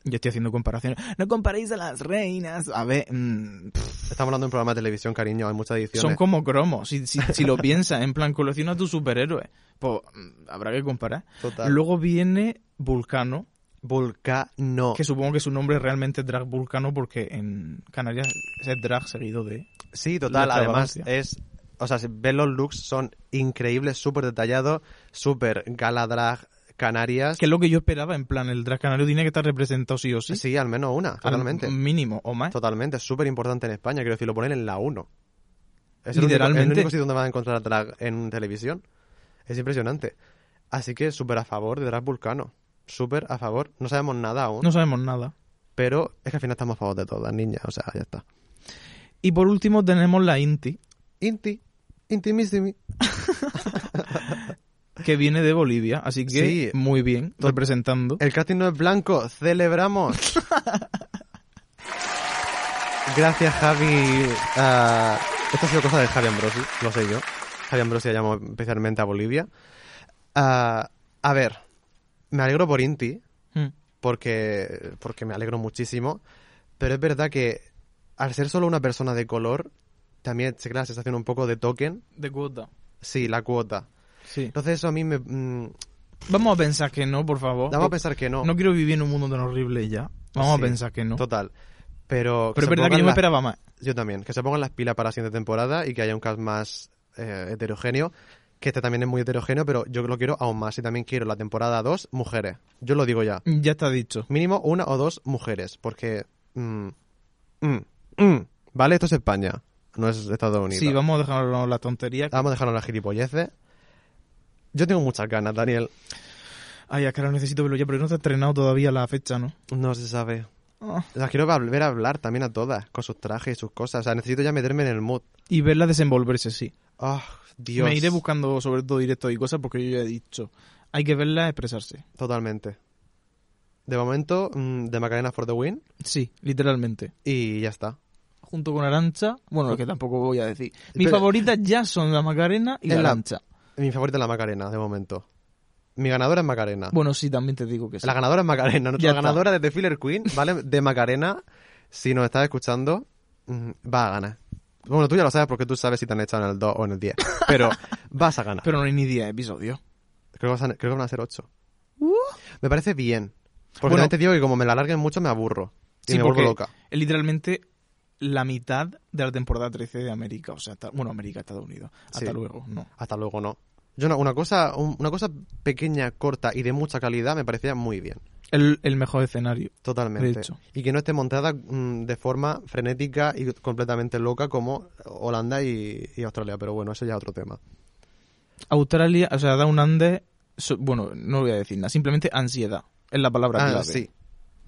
S1: Yo estoy haciendo comparaciones. No comparéis a las reinas. A ver, mm, pff,
S3: Estamos hablando de un programa de televisión, cariño. Hay muchas ediciones.
S1: son como cromos. Si, si, si lo piensas, en plan, colecciona a tu superhéroe. Pues mm, habrá que comparar.
S3: Total.
S1: Luego viene Vulcano,
S3: Vulcano.
S1: que supongo que su nombre realmente es Drag Vulcano porque en Canarias es Drag seguido de...
S3: Sí, total.
S1: La
S3: Además,
S1: extravagancia.
S3: es. O sea, si ves los looks, son increíbles, súper detallados, súper gala drag canarias.
S1: Que es lo que yo esperaba, en plan, el Drag Canario tiene que estar representado sí o sí.
S3: Sí, al menos una,
S1: Al
S3: totalmente.
S1: Mínimo, o más.
S3: Totalmente, es súper importante en España, quiero decir, lo ponen en la 1. Es el
S1: Literalmente.
S3: Único, el único sitio donde vas a encontrar drag en televisión. Es impresionante. Así que súper a favor de Drag Vulcano. Súper a favor. No sabemos nada aún,
S1: No sabemos nada.
S3: pero es que al final estamos a favor de todas, niña. O sea, ya está.
S1: Y por último tenemos la Inti,
S3: Inti, intimissimi.
S1: que viene de Bolivia. Así que,
S3: Sí.
S1: muy bien, representando.
S3: El casting no es blanco, celebramos. Gracias, Javi. Ah, esto ha sido cosa de Javi Ambrosi, lo sé yo. Javi Ambrosi llamó especialmente a Bolivia. Ah, a ver, me alegro por Inti,
S1: Mm.
S3: porque, porque me alegro muchísimo, pero es verdad que al ser solo una persona de color, también se crea la sensación un poco de token.
S1: De cuota.
S3: Sí, la cuota.
S1: Sí.
S3: Entonces eso a mí me... mm,
S1: Vamos a pensar que no, por favor.
S3: vamos a pensar que no.
S1: Oh, No quiero vivir en un mundo tan horrible ya. Vamos
S3: Sí,
S1: a pensar que no.
S3: Total. Pero,
S1: Pero es
S3: se
S1: verdad que
S3: pongan
S1: yo me
S3: las-
S1: esperaba más.
S3: Yo también. Que se pongan las pilas para la siguiente temporada y que haya un cast más eh, heterogéneo. Que este también es muy heterogéneo, pero yo lo quiero aún más. Y también quiero la temporada 2 mujeres. Yo lo digo ya.
S1: Ya está dicho.
S3: Mínimo una o dos mujeres. Porque. mm, mm, mm. ¿Vale? Esto es España. No es Estados Unidos.
S1: Sí, vamos a dejarnos las tonterías.
S3: Vamos a dejarlo en las gilipolleces. Yo tengo muchas ganas, Daniel.
S1: Ay, es que ahora necesito verlo ya, pero no te has estrenado todavía la fecha, ¿no?
S3: No se sabe.
S1: Ah.
S3: Las quiero volver a hablar también a todas, con sus trajes y sus cosas. O sea, necesito ya meterme en el mood.
S1: Y verla desenvolverse, sí.
S3: Ah, Dios.
S1: Me iré buscando sobre todo directos y cosas porque yo ya he dicho, Hay que verla expresarse.
S3: Totalmente. De momento, mm, de Macarena for the win
S1: Sí, literalmente.
S3: y ya está.
S1: Junto con Arancha,
S3: Pues
S1: bueno, que tampoco voy a decir. Mis
S3: Pero-
S1: favoritas ya son la Macarena y
S3: Es
S1: la
S3: la-
S1: Arancha.
S3: Mi favorita es la Macarena, de momento. Mi ganadora es Macarena.
S1: Bueno, sí, también te digo que sí.
S3: La ganadora es Macarena.
S1: Ya
S3: Nuestra
S1: está.
S3: ganadora de The Filler Queen, ¿vale? De Macarena, si nos estás escuchando, mm, va a ganar. Bueno, tú ya lo sabes porque tú sabes si te han echado en el 2 o en el 10. Pero vas a ganar.
S1: Pero no hay ni 10 episodios.
S3: Creo, que vas a- creo que van a ser 8. Me parece bien. Porque
S1: Uh. Bueno.
S3: también te digo que como me la alarguen mucho me aburro. Y me vuelvo
S1: porque
S3: loca.
S1: Es literalmente la mitad de la temporada 13 de América. O sea, hasta- bueno, América, Estados Unidos. Hasta
S3: Sí.
S1: luego, no.
S3: Hasta luego no. Yo una, una cosa, un- una cosa pequeña, corta y de mucha calidad me parecía muy bien.
S1: El, el mejor escenario.
S3: Totalmente.
S1: De hecho.
S3: Y que no esté montada mm, de forma frenética y completamente loca como Holanda y, y Australia. Pero bueno, eso ya es otro tema.
S1: Australia, o sea, Down Under, so- bueno, no voy a decir nada, simplemente ansiedad. Es la palabra
S3: Ah,
S1: clave.
S3: sí.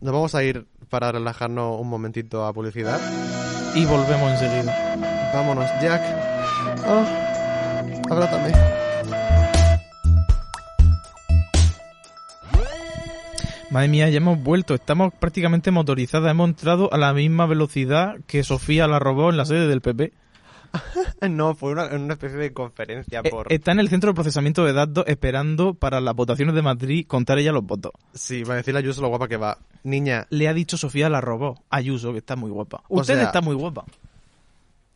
S3: Nos vamos a ir para relajarnos un momentito a publicidad.
S1: Y volvemos enseguida.
S3: Vámonos, Jack. Ah, abrázame.
S1: Madre mía, ya hemos vuelto. Estamos prácticamente motorizadas. Hemos entrado a la misma velocidad que Sofía la robó en la sede del PP.
S3: No, fue una, una especie de conferencia
S1: Eh,
S3: por...
S1: Está en el centro de procesamiento de datos esperando para las votaciones de Madrid contar ella los votos.
S3: Sí, va a decirle a Ayuso lo guapa que va. Niña,
S1: Le ha dicho Sofía la robó. Ayuso, que está muy guapa. Usted
S3: sea-
S1: está muy guapa.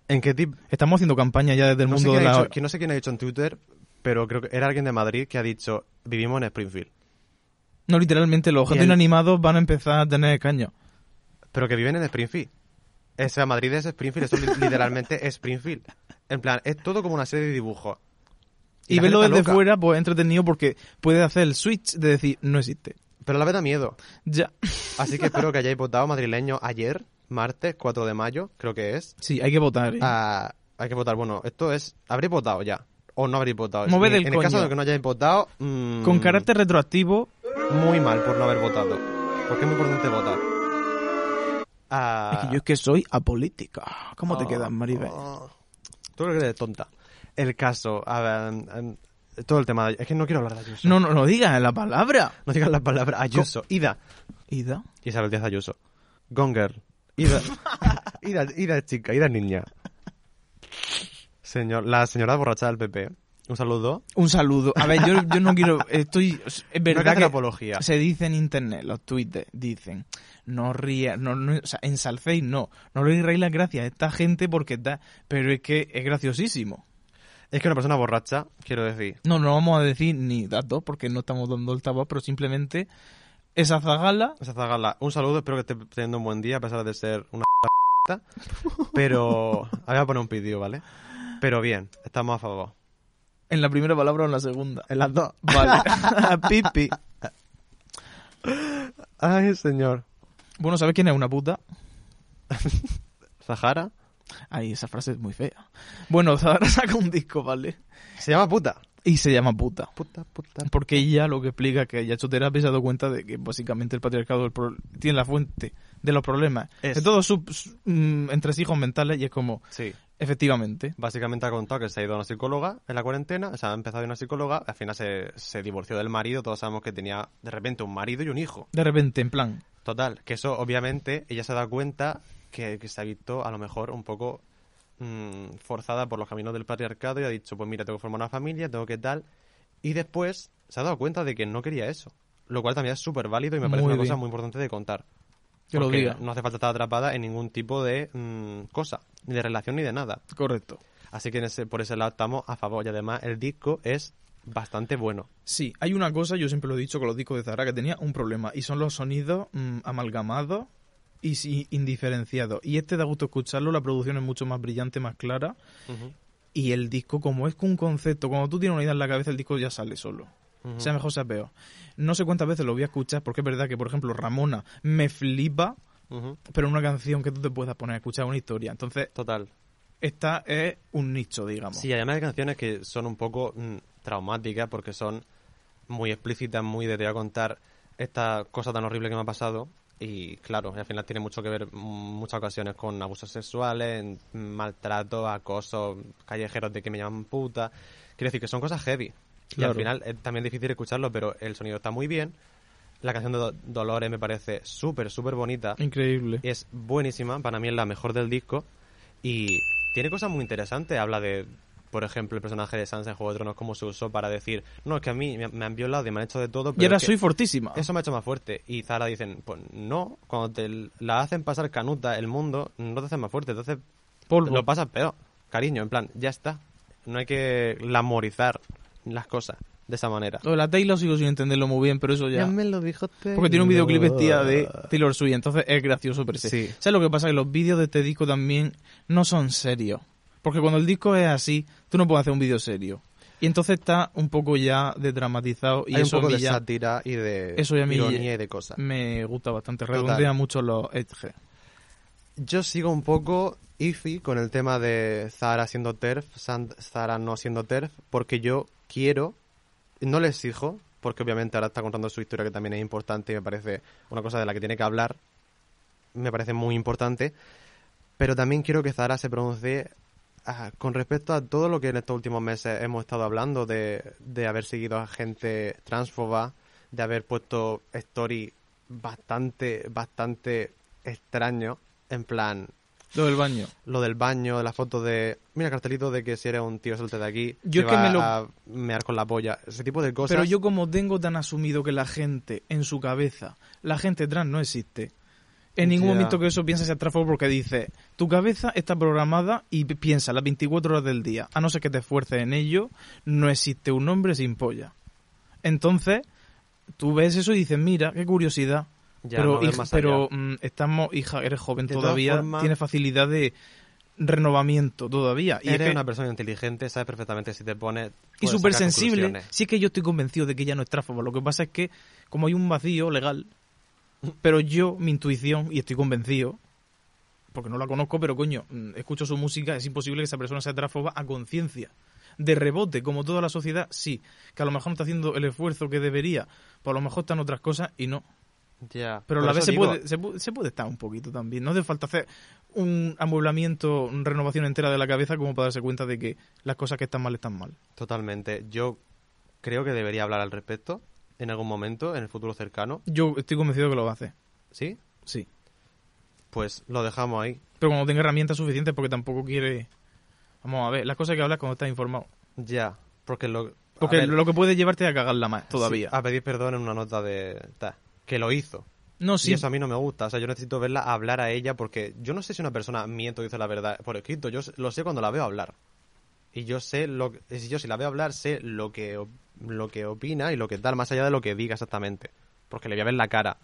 S3: ¿en qué tipo...?
S1: Estamos haciendo campaña ya desde el
S3: No sé,
S1: mundo
S3: quién
S1: de
S3: ha
S1: la...
S3: dicho- que no sé quién ha dicho en Twitter, pero creo que era alguien de Madrid que ha dicho, vivimos en Springfield.
S1: No, literalmente, los objetos
S3: el-
S1: inanimados van a empezar a tener caños.
S3: Pero que viven en Springfield. O sea, Madrid es Springfield, eso li- literalmente es Springfield. En plan, es todo como una serie de dibujos.
S1: Y
S3: la gente
S1: verlo
S3: está
S1: desde
S3: loca,
S1: fuera, pues entretenido porque puede hacer el switch de decir, no existe.
S3: Pero a la vez da miedo.
S1: Ya.
S3: Así que espero que hayáis votado madrileño ayer, martes 4 de mayo, creo que es.
S1: Sí, hay que votar. ¿eh?
S3: Ah, hay que votar. Bueno, esto es. ¿Habréis votado ya? ¿O no habréis votado?
S1: Moved
S3: En-
S1: el
S3: en el caso
S1: coño.
S3: de que no hayáis votado. mm,
S1: Con carácter retroactivo,
S3: Muy mal por no haber votado. Porque es muy importante votar. Ah,
S1: Es que yo es que soy apolítica. ¿Cómo te
S3: Oh,
S1: quedas, Maribel?
S3: oh. Tú lo que eres tonta. El caso, a ver, em, em, todo el tema. de- Es que no quiero hablar de Ayuso.
S1: No, no, no digas la palabra.
S3: No digas la palabra Ayuso. Ida.
S1: Ida.
S3: Isabel Díaz Ayuso. Gone Girl. Ida. Ida, Ida es chica, Ida es niña. Señor, la señora borracha del PP. Un saludo.
S1: Un saludo. A ver, yo, yo no quiero. Estoy. Es
S3: No hay que
S1: verdad
S3: hacer
S1: que
S3: apología.
S1: se dice en internet, los tweets dicen. No rías, no, no- o sea, ensalcéis, no. No le diréis las gracias a esta gente porque está. Pero es que es graciosísimo.
S3: Es que una persona borracha, quiero decir.
S1: No, no vamos a decir ni datos porque no estamos dando el tabaco, pero simplemente esa zagala.
S3: Esa zagala. Un saludo, espero que esté teniendo un buen día, a pesar de ser una Pero. ahora Voy a poner un vídeo, ¿vale? Pero bien, estamos a favor.
S1: En la primera palabra o en la segunda.
S3: En las dos.
S1: Vale. Pipi.
S3: Ay, señor.
S1: Bueno, ¿sabes quién es una puta?
S3: Sahara.
S1: Ay, esa frase es muy fea. Bueno, Zahara saca un disco, ¿vale?
S3: Se llama puta.
S1: Y se llama puta.
S3: Puta, puta.
S1: Porque ella lo que explica es que ella ha hecho terapia y se ha dado cuenta de que básicamente el patriarcado el pro- tiene la fuente de los problemas.
S3: Es.
S1: De todos sus sus, mm, entresijos mentales y es como,
S3: Sí.
S1: efectivamente.
S3: Básicamente ha contado que se ha ido a una psicóloga en la cuarentena, o sea, ha empezado a ir a una psicóloga, al final se, se divorció del marido, todos sabemos que tenía de repente un marido y un hijo.
S1: De repente, en plan,
S3: Total, que eso obviamente ella se ha dado cuenta que, que se ha visto a lo mejor un poco mm, forzada por los caminos del patriarcado y ha dicho, pues mira, tengo que formar una familia, tengo que tal. Y después se ha dado cuenta de que no quería eso, lo cual también es súper válido y me parece
S1: Muy
S3: una cosa
S1: bien.
S3: muy importante de contar.
S1: que lo
S3: Porque
S1: diga.
S3: No hace falta estar atrapada en ningún tipo de mm, cosa, ni de relación ni de nada.
S1: Correcto.
S3: Así que en ese- por ese lado estamos a favor. Y además el disco es bastante bueno.
S1: Sí, hay una cosa, yo siempre lo he dicho con los discos de Zara, que tenía un problema, y son los sonidos mm, amalgamados y sí, indiferenciados. Y este da gusto escucharlo, la producción es mucho más brillante, más clara, y el disco, como es que un concepto, cuando tú tienes una idea en la cabeza, el disco ya sale solo. Sea mejor, sea peor. No sé cuántas veces lo voy a escuchar, porque es verdad que, por ejemplo, Ramona me flipa,
S3: Ujú.
S1: pero una canción que tú te puedas poner a escuchar una historia. Entonces,
S3: Total.
S1: esta es un nicho, digamos.
S3: Sí, además hay canciones que son un poco mm, traumáticas porque son muy explícitas, muy de te voy a contar esta cosa tan horrible que me ha pasado. Y claro, al final tiene mucho que ver mm, muchas ocasiones con abusos sexuales, mm, maltrato, acoso, callejeros de que me llaman puta. Quiero decir que son cosas heavy.
S1: Claro.
S3: Y al final es también difícil escucharlo, pero el sonido está muy bien. La canción de Do- Dolores me parece súper, súper bonita.
S1: Increíble.
S3: Es buenísima, para mí es la mejor del disco. Y tiene cosas muy interesantes. Habla de, por ejemplo, el personaje de Sansa en Juego de Tronos, cómo se usó para decir, no, es que a mí me, me han violado y me han hecho de todo. Pero
S1: Y ahora
S3: es que
S1: soy fortísima.
S3: Eso me ha hecho más fuerte. Y Zara dicen, pues no, cuando te l- la hacen pasar canuta el mundo, no te hace más fuerte. Entonces
S1: Polvo.
S3: lo pasas peor. Cariño, en plan, ya está. No hay que lamorizar las cosas de esa manera.
S1: Lo de la Taylor sigo sin entenderlo muy bien, pero eso ya...
S3: lo dijo
S1: Porque tiene un videoclip vestida de Taylor Swift, entonces es gracioso per se.
S3: Sí.
S1: ¿Sabes lo que pasa? Que los vídeos de este disco también no son serios. Porque cuando el disco es así, tú no puedes hacer un vídeo serio. Y entonces está un poco ya desdramatizado y
S3: Hay un
S1: eso a
S3: poco
S1: mí
S3: de
S1: ya
S3: sátira y de
S1: Eso ya a mí-
S3: ironía y de cosas.
S1: me gusta bastante.
S3: Total.
S1: Redondea mucho los edge.
S3: Yo sigo un poco iffy con el tema de Zara siendo TERF, San- Zara no siendo TERF, porque yo quiero, no le exijo, porque obviamente ahora está contando su historia que también es importante y me parece una cosa de la que tiene que hablar, me parece muy importante, pero también quiero que Zara se pronuncie ah, con respecto a todo lo que en estos últimos meses hemos estado hablando de, de haber seguido a gente transfoba, de haber puesto story bastante, bastante extraño, en plan
S1: Lo del baño.
S3: lo del baño, la foto de, mira cartelito de que si eres un tío salte de aquí,
S1: Yo
S3: te
S1: es que
S3: va
S1: me lo-
S3: a mear con la polla, ese tipo de cosas.
S1: Pero yo como tengo tan asumido que la gente en su cabeza, la gente trans no existe. En ningún
S3: Ya.
S1: momento que eso piensa sea tráfico porque dice, tu cabeza está programada y pi- piensa las 24 horas del día. A no ser que te esfuerces en ello, no existe un hombre sin polla. Entonces, tú ves eso y dices, mira, qué curiosidad.
S3: Ya,
S1: pero
S3: no ves
S1: hij-
S3: más allá.
S1: pero mm, estamos, hija, eres joven
S3: De todas
S1: todavía,
S3: formas-
S1: tienes facilidad de renovamiento todavía. Y es
S3: eres
S1: que-
S3: una persona inteligente, sabes perfectamente que si te pones
S1: y
S3: puedes
S1: súper
S3: sacar
S1: sensible.
S3: conclusiones.
S1: Sí es que yo estoy convencido de que ya no es tráfoba. Lo que pasa es que, como hay un vacío legal, pero yo, mi intuición, y estoy convencido, porque no la conozco, pero coño, mm, escucho su música, es imposible que esa persona sea tráfoba a conciencia. De rebote, como toda la sociedad, sí. Que a lo mejor no está haciendo el esfuerzo que debería, pues a lo mejor están otras cosas y no.
S3: Ya.
S1: Pero a
S3: Por
S1: la
S3: eso
S1: vez se
S3: digo,
S1: puede, se, pu- se puede estar un poquito también. No hace falta hacer un amueblamiento, una renovación entera de la cabeza como para darse cuenta de que las cosas que están mal están mal.
S3: Totalmente. Yo creo que debería hablar al respecto en algún momento, en el futuro cercano.
S1: Yo estoy convencido que lo hace.
S3: ¿Sí?
S1: Sí.
S3: Pues lo dejamos ahí.
S1: Pero cuando tenga herramientas suficientes porque tampoco quiere... Vamos a ver, las cosas que hablas cuando estás informado.
S3: Ya. Porque lo. a
S1: Porque
S3: ver,
S1: lo que puede llevarte es a cagarla más
S3: sí, Ah,
S1: todavía.
S3: a pedir perdón en una nota de. ta, que lo hizo.
S1: no,
S3: Y
S1: sí.
S3: eso a mí no me gusta. O sea, yo necesito verla hablar a ella porque yo no sé si una persona miente o dice la verdad por escrito. Yo s- lo sé cuando la veo hablar. Y yo sé lo que- si yo si la veo hablar sé lo que op- lo que opina y lo que tal más allá de lo que diga exactamente, porque le voy a ver la cara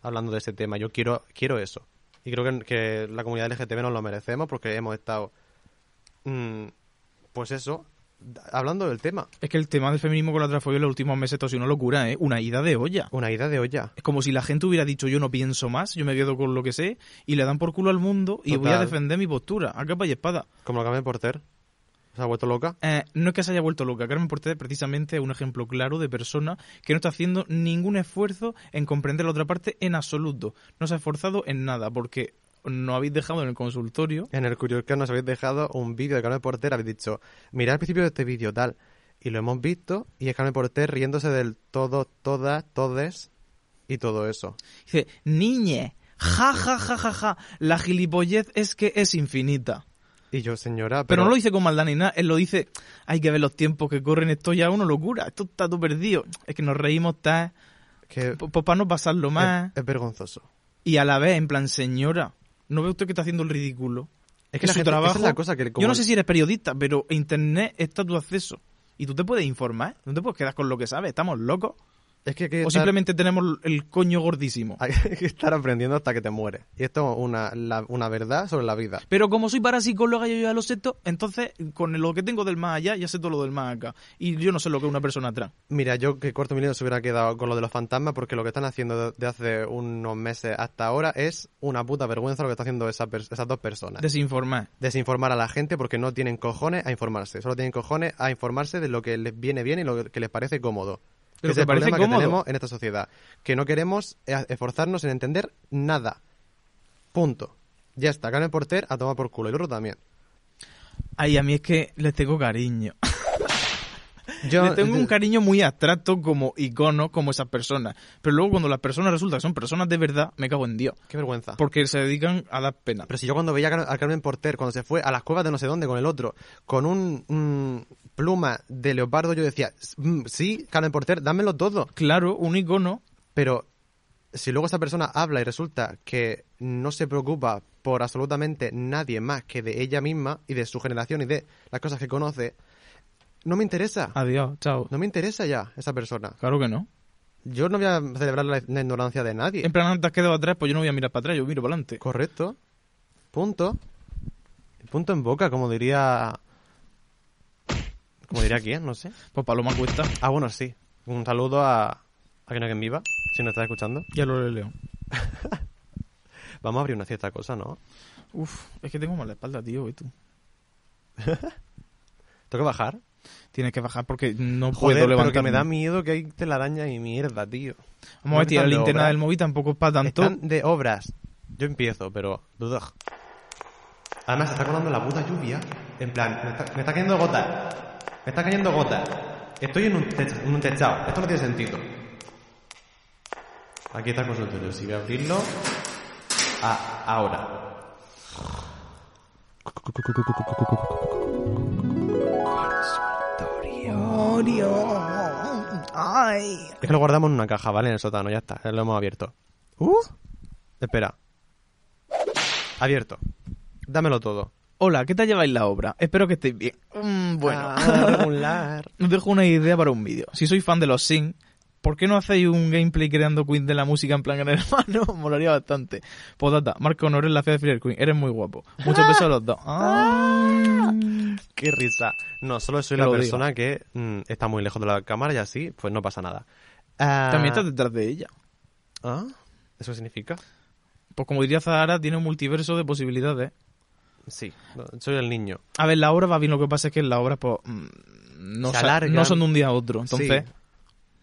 S3: hablando de ese tema. Yo quiero quiero eso. Y creo que, que la comunidad LGTB nos lo merecemos porque hemos estado mm, pues eso d- hablando del tema.
S1: Es que el tema del feminismo con la transfobia en los últimos meses esto ha sido una locura, ¿eh? Una ida de olla.
S3: Una idea de olla.
S1: Es como si la gente hubiera dicho yo no pienso más, yo me quedo con lo que sé, y le dan por culo al mundo y voy a
S3: Total.
S1: defender mi postura, a capa y espada.
S3: Como lo cambié por ter. Se ha vuelto loca.
S1: Eh, no es que se haya vuelto loca. Carmen Porter precisamente es un ejemplo claro de persona que no está haciendo ningún esfuerzo en comprender la otra parte en absoluto. No se ha esforzado en nada porque no habéis dejado en el consultorio.
S3: En el Curious Cat nos habéis dejado un vídeo de Carmen Porter, habéis dicho, mirad al principio de este vídeo tal, y lo hemos visto, y es Carmen Porter riéndose del todo, todas, todes y todo eso.
S1: Dice, niñe, ja, ja, ja, ja, ja, la gilipollez es que es infinita.
S3: Y yo, señora,
S1: Pero
S3: pero,
S1: no lo dice con maldad ni nada, él lo dice, hay que ver los tiempos que corren, esto ya es una locura, esto está todo perdido. Es que nos reímos tal,
S3: que es,
S1: pues para no
S3: Eh,
S1: pasarlo más.
S3: es vergonzoso.
S1: Y a la vez, en plan, señora, ¿no ve usted que está haciendo el ridículo?
S3: Es que la
S1: su
S3: gente- esa
S1: trabajo.
S3: es la cosa que le-
S1: Yo
S3: como-
S1: no sé si eres periodista, pero Internet está a tu acceso. Y tú te puedes informar, no te puedes quedar con lo que sabes, estamos locos.
S3: Es que hay que,
S1: O
S3: estar,
S1: simplemente tenemos el coño gordísimo.
S3: hay que estar aprendiendo hasta que te mueres. Y esto es una, la- una verdad sobre la vida.
S1: Pero como soy parapsicóloga, yo ya lo sé todo, entonces con lo que tengo del más allá, ya sé todo lo del más acá. Y yo no sé lo que es una persona trans.
S3: Mira, yo que Cuarto Milenio se hubiera quedado con lo de los fantasmas porque lo que están haciendo de, de hace unos meses hasta ahora es una puta vergüenza lo que están haciendo esa pers- esas dos personas.
S1: Desinformar.
S3: desinformar a la gente porque no tienen cojones a informarse. Solo tienen cojones a informarse de lo que les viene bien y lo que les parece cómodo.
S1: Pero
S3: Ese
S1: que
S3: es el
S1: parece
S3: problema
S1: cómodo.
S3: que tenemos en esta sociedad. Que no queremos eh, esforzarnos en entender nada. Punto. Ya está. Carmen Porter a tomar por culo. El otro también.
S1: Ay, a mí es que les tengo cariño.
S3: Yo- eh,
S1: Le tengo un cariño muy abstracto como icono, como esas personas. Pero luego cuando las personas resulta que son personas de verdad, me cago en Dios.
S3: Qué vergüenza.
S1: Porque se dedican a dar pena.
S3: Pero si yo cuando veía a Car- a Carmen Porter, cuando se fue a las cuevas de no sé dónde con el otro, con un mm, pluma de leopardo, yo decía, "Mm, sí, Carmen Porter, dámelo todo.
S1: Claro, un icono
S3: Pero si luego esa persona habla y resulta que no se preocupa por absolutamente nadie más que de ella misma y de su generación y de las cosas que conoce, no me interesa.
S1: Adiós, chao.
S3: No me interesa ya esa persona.
S1: Claro que no.
S3: Yo no voy a celebrar la, la ignorancia de nadie.
S1: En plan, te has quedado atrás, pues yo no voy a mirar para atrás, yo miro para adelante.
S3: Correcto. Punto. Punto en boca, como diría... Como diría quién, no sé.
S1: Pues Paloma Cuesta.
S3: Ah, bueno, sí. Un saludo a... A quien no quien viva, si nos está escuchando.
S1: Ya lo leo.
S3: Vamos a abrir una cierta cosa, ¿no?
S1: Uf, es que tengo mala espalda, tío, y tú.
S3: ¿Tengo que bajar?
S1: Tienes que bajar porque no
S3: Joder,
S1: puedo
S3: pero
S1: levantarme.
S3: que me da miedo que hay telaraña y mierda, tío.
S1: Vamos a ver, tirar la
S3: Están de
S1: linterna
S3: obra.
S1: del móvil tampoco es para tanto.
S3: Están de obras. Yo empiezo, pero... duda. Además, se está colando la puta lluvia. En plan, me está, me está cayendo gota. Me está cayendo gota. Estoy en un, tech- en un techado. Esto no tiene sentido. Aquí está el consultorio. Si voy a abrirlo... Ah, ahora. Es que lo guardamos en una caja, ¿vale? En el sótano, ya está. Lo hemos abierto. ¿Uh? Espera. Abierto. Dámelo todo.
S1: Hola, ¿qué tal lleváis la obra? Espero que estéis bien. Mm, bueno,
S3: Ah, regular.
S1: os dejo una idea para un vídeo. Si sois fan de los Sing, ¿por qué no hacéis un gameplay creando Queen de la música en plan gran hermano? Molaría bastante. Potata, Marco, no eres la fe de Fire Queen, eres muy guapo. Muchos besos a los dos. Ah.
S3: Qué risa. No, solo soy
S1: Te
S3: la
S1: lo
S3: persona que mm, está muy lejos de la cámara y así, pues no pasa nada. Ah,
S1: También estás detrás de ella.
S3: ¿Ah? ¿Eso qué significa?
S1: Pues como diría Zahara, tiene un multiverso de posibilidades.
S3: Sí, no, soy el niño.
S1: A ver, la obra va bien, lo que pasa es que las obras pues, mm, no,
S3: Se
S1: sa-
S3: alargan.
S1: no son de un día a otro. Entonces,
S3: Sí.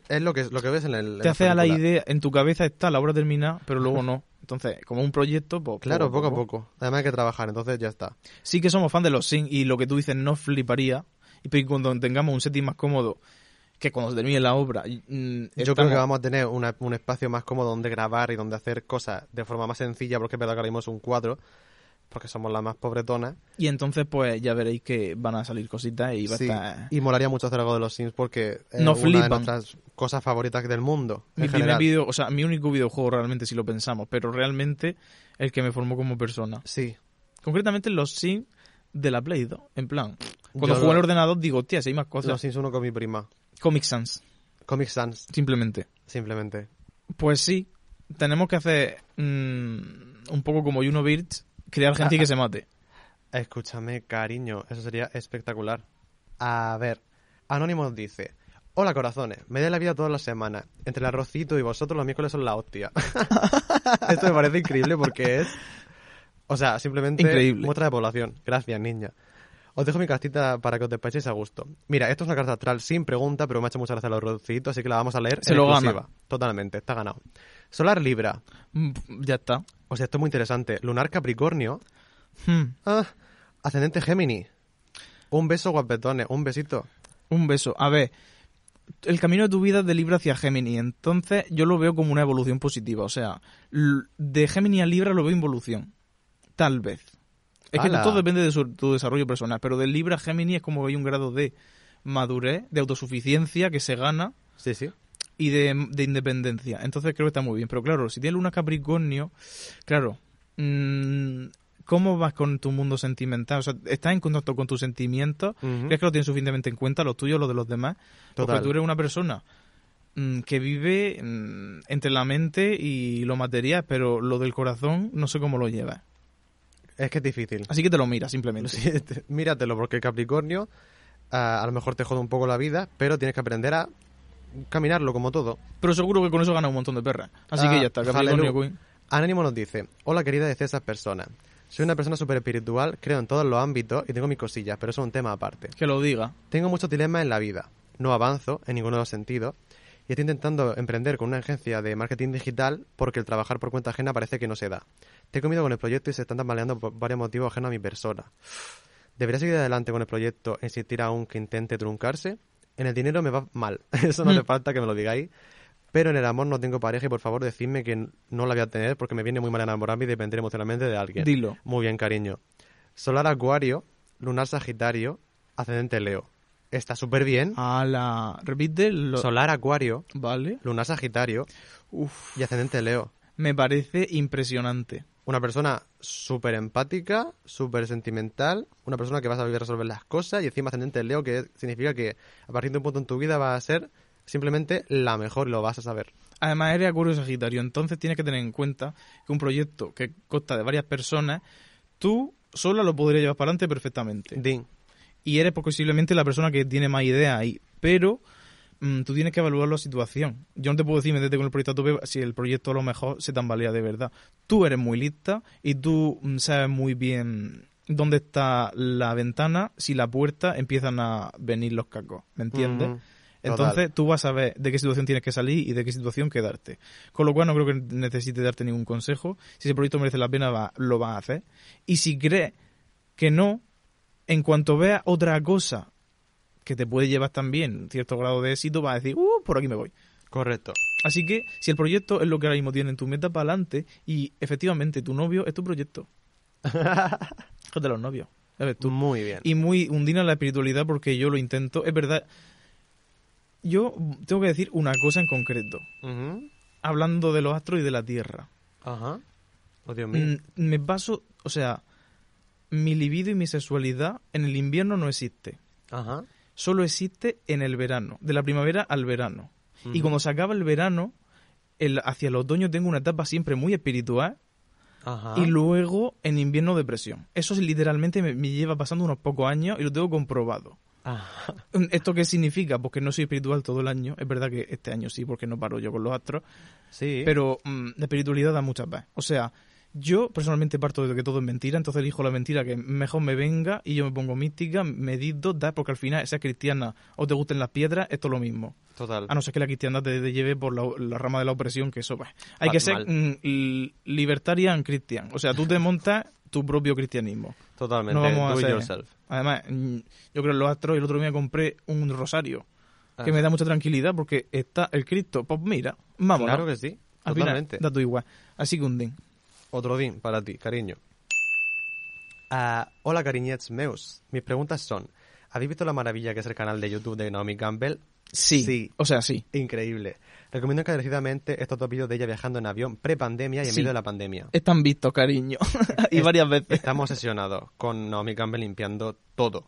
S3: Es lo que, lo que ves en el. en
S1: te hace a la
S3: película.
S1: idea, en tu cabeza está la obra terminada, pero luego no. Entonces, como un proyecto, pues...
S3: Claro, poco a poco. Además hay que trabajar, entonces ya está.
S1: Sí que somos fan de los Sims y lo que tú dices no fliparía. Y pe- cuando tengamos un setting más cómodo, que cuando termine la obra... y, mm,
S3: Yo creo
S1: estamos-
S3: que vamos a tener una- un espacio más cómodo donde grabar y donde hacer cosas de forma más sencilla, porque es verdad que ahora mismo es un cuadro, porque somos las más pobretonas.
S1: Y entonces, pues, ya veréis que van a salir cositas y va
S3: Sí,
S1: a estar...
S3: Y molaría mucho hacer algo de los Sims porque es
S1: Nos
S3: una de
S1: flipan.
S3: nuestras cosas favoritas del mundo. en
S1: Mi primer
S3: general.
S1: video, o sea, mi único videojuego realmente, si lo pensamos, pero realmente el que me formó como persona.
S3: Sí.
S1: Concretamente los Sims de la Play 2. En plan, cuando
S3: Yo
S1: juego
S3: lo-
S1: al ordenador digo, tía, si hay más
S3: Los
S1: cosas.
S3: Sims uno con mi prima.
S1: Comic Sans,
S3: Comic Sans,
S1: simplemente.
S3: simplemente.
S1: Pues sí, tenemos que hacer mm, un poco como Juno Birds, crear
S3: Ah,
S1: gente que se mate.
S3: Escúchame, cariño, eso sería espectacular. A ver, Anonymous dice: Hola corazones, me dais la vida todas las semanas. Entre el arrocito y vosotros los miércoles son la hostia. Esto me parece increíble porque es. O sea, simplemente.
S1: Increíble.
S3: Muestra de población. Gracias, niña. Os dejo mi cartita para que os despachéis a gusto. Mira, esto es una carta astral sin pregunta, pero me ha hecho mucha gracia el arrocito, así que la vamos a leer.
S1: Se
S3: en
S1: lo gana.
S3: exclusiva. Totalmente, está ganado. Solar Libra.
S1: Mm, Ya está.
S3: O sea, esto es muy interesante. Lunar Capricornio.
S1: Hmm,
S3: Ah, ascendente Gemini. Un beso, guapetones. Un besito.
S1: Un beso. A ver, el camino de tu vida es de Libra hacia Gemini, entonces yo lo veo como una evolución positiva. O sea, l- de Gemini a Libra lo veo involución. Tal vez. Es que
S3: ¡Hala!
S1: todo depende de su- tu desarrollo personal, pero de Libra a Gemini es como que hay un grado de madurez, de autosuficiencia que se gana
S3: Sí, sí.
S1: y de, de independencia. Entonces creo que está muy bien. Pero claro, si tienes luna Capricornio, claro, mm, ¿cómo vas con tu mundo sentimental? O sea, ¿estás en contacto con tus sentimientos?
S3: Ujú.
S1: ¿Crees que lo tienes suficientemente en cuenta, los tuyos, los de los demás?
S3: Total.
S1: Porque tú eres una persona mm, que vive mm, entre la mente y lo material, pero lo del corazón no sé cómo lo llevas.
S3: Es que es difícil.
S1: Así que te lo miras simplemente.
S3: Sí, te- Míratelo, porque Capricornio ah, a lo mejor te jode un poco la vida, pero tienes que aprender a caminarlo como todo.
S1: Pero seguro que con eso gana un montón de perras. Así que
S3: Ah,
S1: ya está,
S3: aleluya.
S1: Capricornio Queen.
S3: Anónimo nos dice, hola querida de esas personas. Soy una persona súper espiritual, creo en todos los ámbitos y tengo mis cosillas, pero eso es un tema aparte.
S1: Que lo diga.
S3: Tengo muchos dilemas en la vida. No avanzo en ninguno de los sentidos y estoy intentando emprender con una agencia de marketing digital porque el trabajar por cuenta ajena parece que no se da. Tengo miedo con el proyecto y se están tambaleando por varios motivos ajenos a mi persona. ¿Debería seguir adelante con el proyecto e insistir aún que intente truncarse? En el dinero me va mal. Eso no
S1: Mm.
S3: hace falta que me lo digáis. Pero en el amor no tengo pareja y por favor decidme que no la voy a tener porque me viene muy mal enamorarme y depender emocionalmente de alguien.
S1: Dilo.
S3: Muy bien, cariño. Solar Acuario, Lunar Sagitario, Ascendente Leo. Está súper bien.
S1: A la... Repite Ah, lo...
S3: Solar Acuario,
S1: Vale.
S3: Lunar Sagitario
S1: Uf.
S3: y Ascendente Leo.
S1: Me parece impresionante.
S3: Una persona súper empática, súper sentimental, una persona que va a saber resolver las cosas y encima ascendente Leo, que significa que a partir de un punto en tu vida vas a ser simplemente la mejor, lo vas a saber.
S1: Además, eres Acuario Sagitario, entonces tienes que tener en cuenta que un proyecto que consta de varias personas, tú sola lo podrías llevar para adelante perfectamente.
S3: Din,
S1: y eres posiblemente la persona que tiene más ideas ahí. Pero mm, tú tienes que evaluar la situación. Yo no te puedo decir, metete con el proyecto a tope si el proyecto a lo mejor se tambalea de verdad. Tú eres muy lista y tú mm, sabes muy bien dónde está la ventana si la puerta empiezan a venir los cacos. ¿Me entiendes?
S3: Ujú,
S1: Mm. Entonces
S3: total.
S1: tú vas a ver de qué situación tienes que salir y de qué situación quedarte. Con lo cual no creo que necesite darte ningún consejo. Si ese proyecto merece la pena, va- lo vas a hacer. Y si crees que no, en cuanto veas otra cosa que te puede llevar también cierto grado de éxito, vas a decir, uh, por aquí me voy.
S3: correcto.
S1: Así que si el proyecto es lo que ahora mismo tienes en tu meta para adelante y efectivamente tu novio es tu proyecto. es de los novios. Ya ves tú
S3: Muy bien.
S1: y muy hundida en la espiritualidad porque yo lo intento. Es verdad. Yo tengo que decir una cosa en concreto.
S3: Ujú,
S1: Hablando de los astros y de la Tierra.
S3: Ajá. Oh, Dios mío.
S1: Mm, Me baso, o sea, mi libido y mi sexualidad en el invierno no existe.
S3: Ajá.
S1: Solo existe en el verano, de la primavera al verano. Y
S3: Ujú.
S1: cuando se acaba el verano, el- hacia el otoño tengo una etapa siempre muy espiritual
S3: Ajá.
S1: y luego en invierno depresión. Eso es literalmente me- me lleva pasando unos pocos años y lo tengo comprobado. Mm,
S3: Ajá.
S1: ¿Esto qué significa? Porque no soy espiritual todo el año. Es verdad que este año sí, porque no paro yo con los astros.
S3: Sí.
S1: Pero mm, la espiritualidad da mucha paz. O sea, yo personalmente parto de que todo es mentira, entonces elijo la mentira que mejor me venga y yo me pongo mística, medito, da, porque al final, sea cristiana o te gusten las piedras, esto es lo mismo.
S3: Total.
S1: A Ah, no ser que la cristiandad te, te lleve por la, la rama de la opresión, que eso va. Hay que ser
S3: Mal.
S1: mm, li- libertarian cristian. O sea, tú te montas tu propio cristianismo.
S3: Totalmente.
S1: No vamos a
S3: Do it
S1: hacer.
S3: yourself.
S1: Además, mm, yo creo en los astros y el otro día me compré un rosario
S3: Ah.
S1: que me da mucha tranquilidad porque está el Cristo. Pues mira, vamos.
S3: Claro que sí.
S1: Al final,
S3: Totalmente.
S1: da todo igual. Así que un din.
S3: Otro din para ti, cariño. Ah, hola, cariñets meus. Mis preguntas son: ¿Habéis visto la maravilla que es el canal de YouTube de Naomi Campbell? Sí.
S1: O sea, sí.
S3: Increíble. Recomiendo encarecidamente estos dos vídeos de ella viajando en avión pre-pandemia y en
S1: Sí.
S3: medio de la pandemia.
S1: Están vistos, cariño. y
S3: Es-
S1: varias veces.
S3: Estamos obsesionados con Naomi Campbell limpiando todo.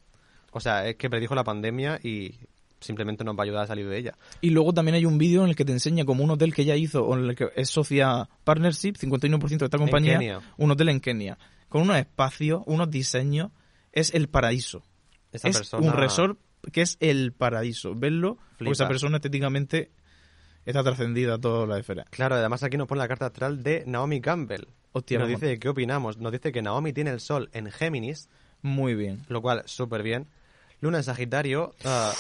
S3: O sea, es que predijo la pandemia y simplemente nos va a ayudar a salir de ella.
S1: Y luego también hay un vídeo en el que te enseña como un hotel que ella hizo, o en el que es socia partnership, 51% de esta compañía.
S3: Kenia.
S1: Un hotel en Kenia. Con unos espacios, unos diseños. Es el paraíso.
S3: Esa
S1: es
S3: persona.
S1: un resort que es el paraíso. Verlo, porque
S3: Flipa.
S1: esa persona estéticamente está trascendida a toda la esfera.
S3: Claro, además aquí nos pone la carta astral de Naomi Campbell.
S1: Hostia,
S3: nos
S1: mamá.
S3: dice qué opinamos. Nos dice que Naomi tiene el sol en Géminis,
S1: Muy bien.
S3: lo cual súper bien. Luna en Sagitario, ah,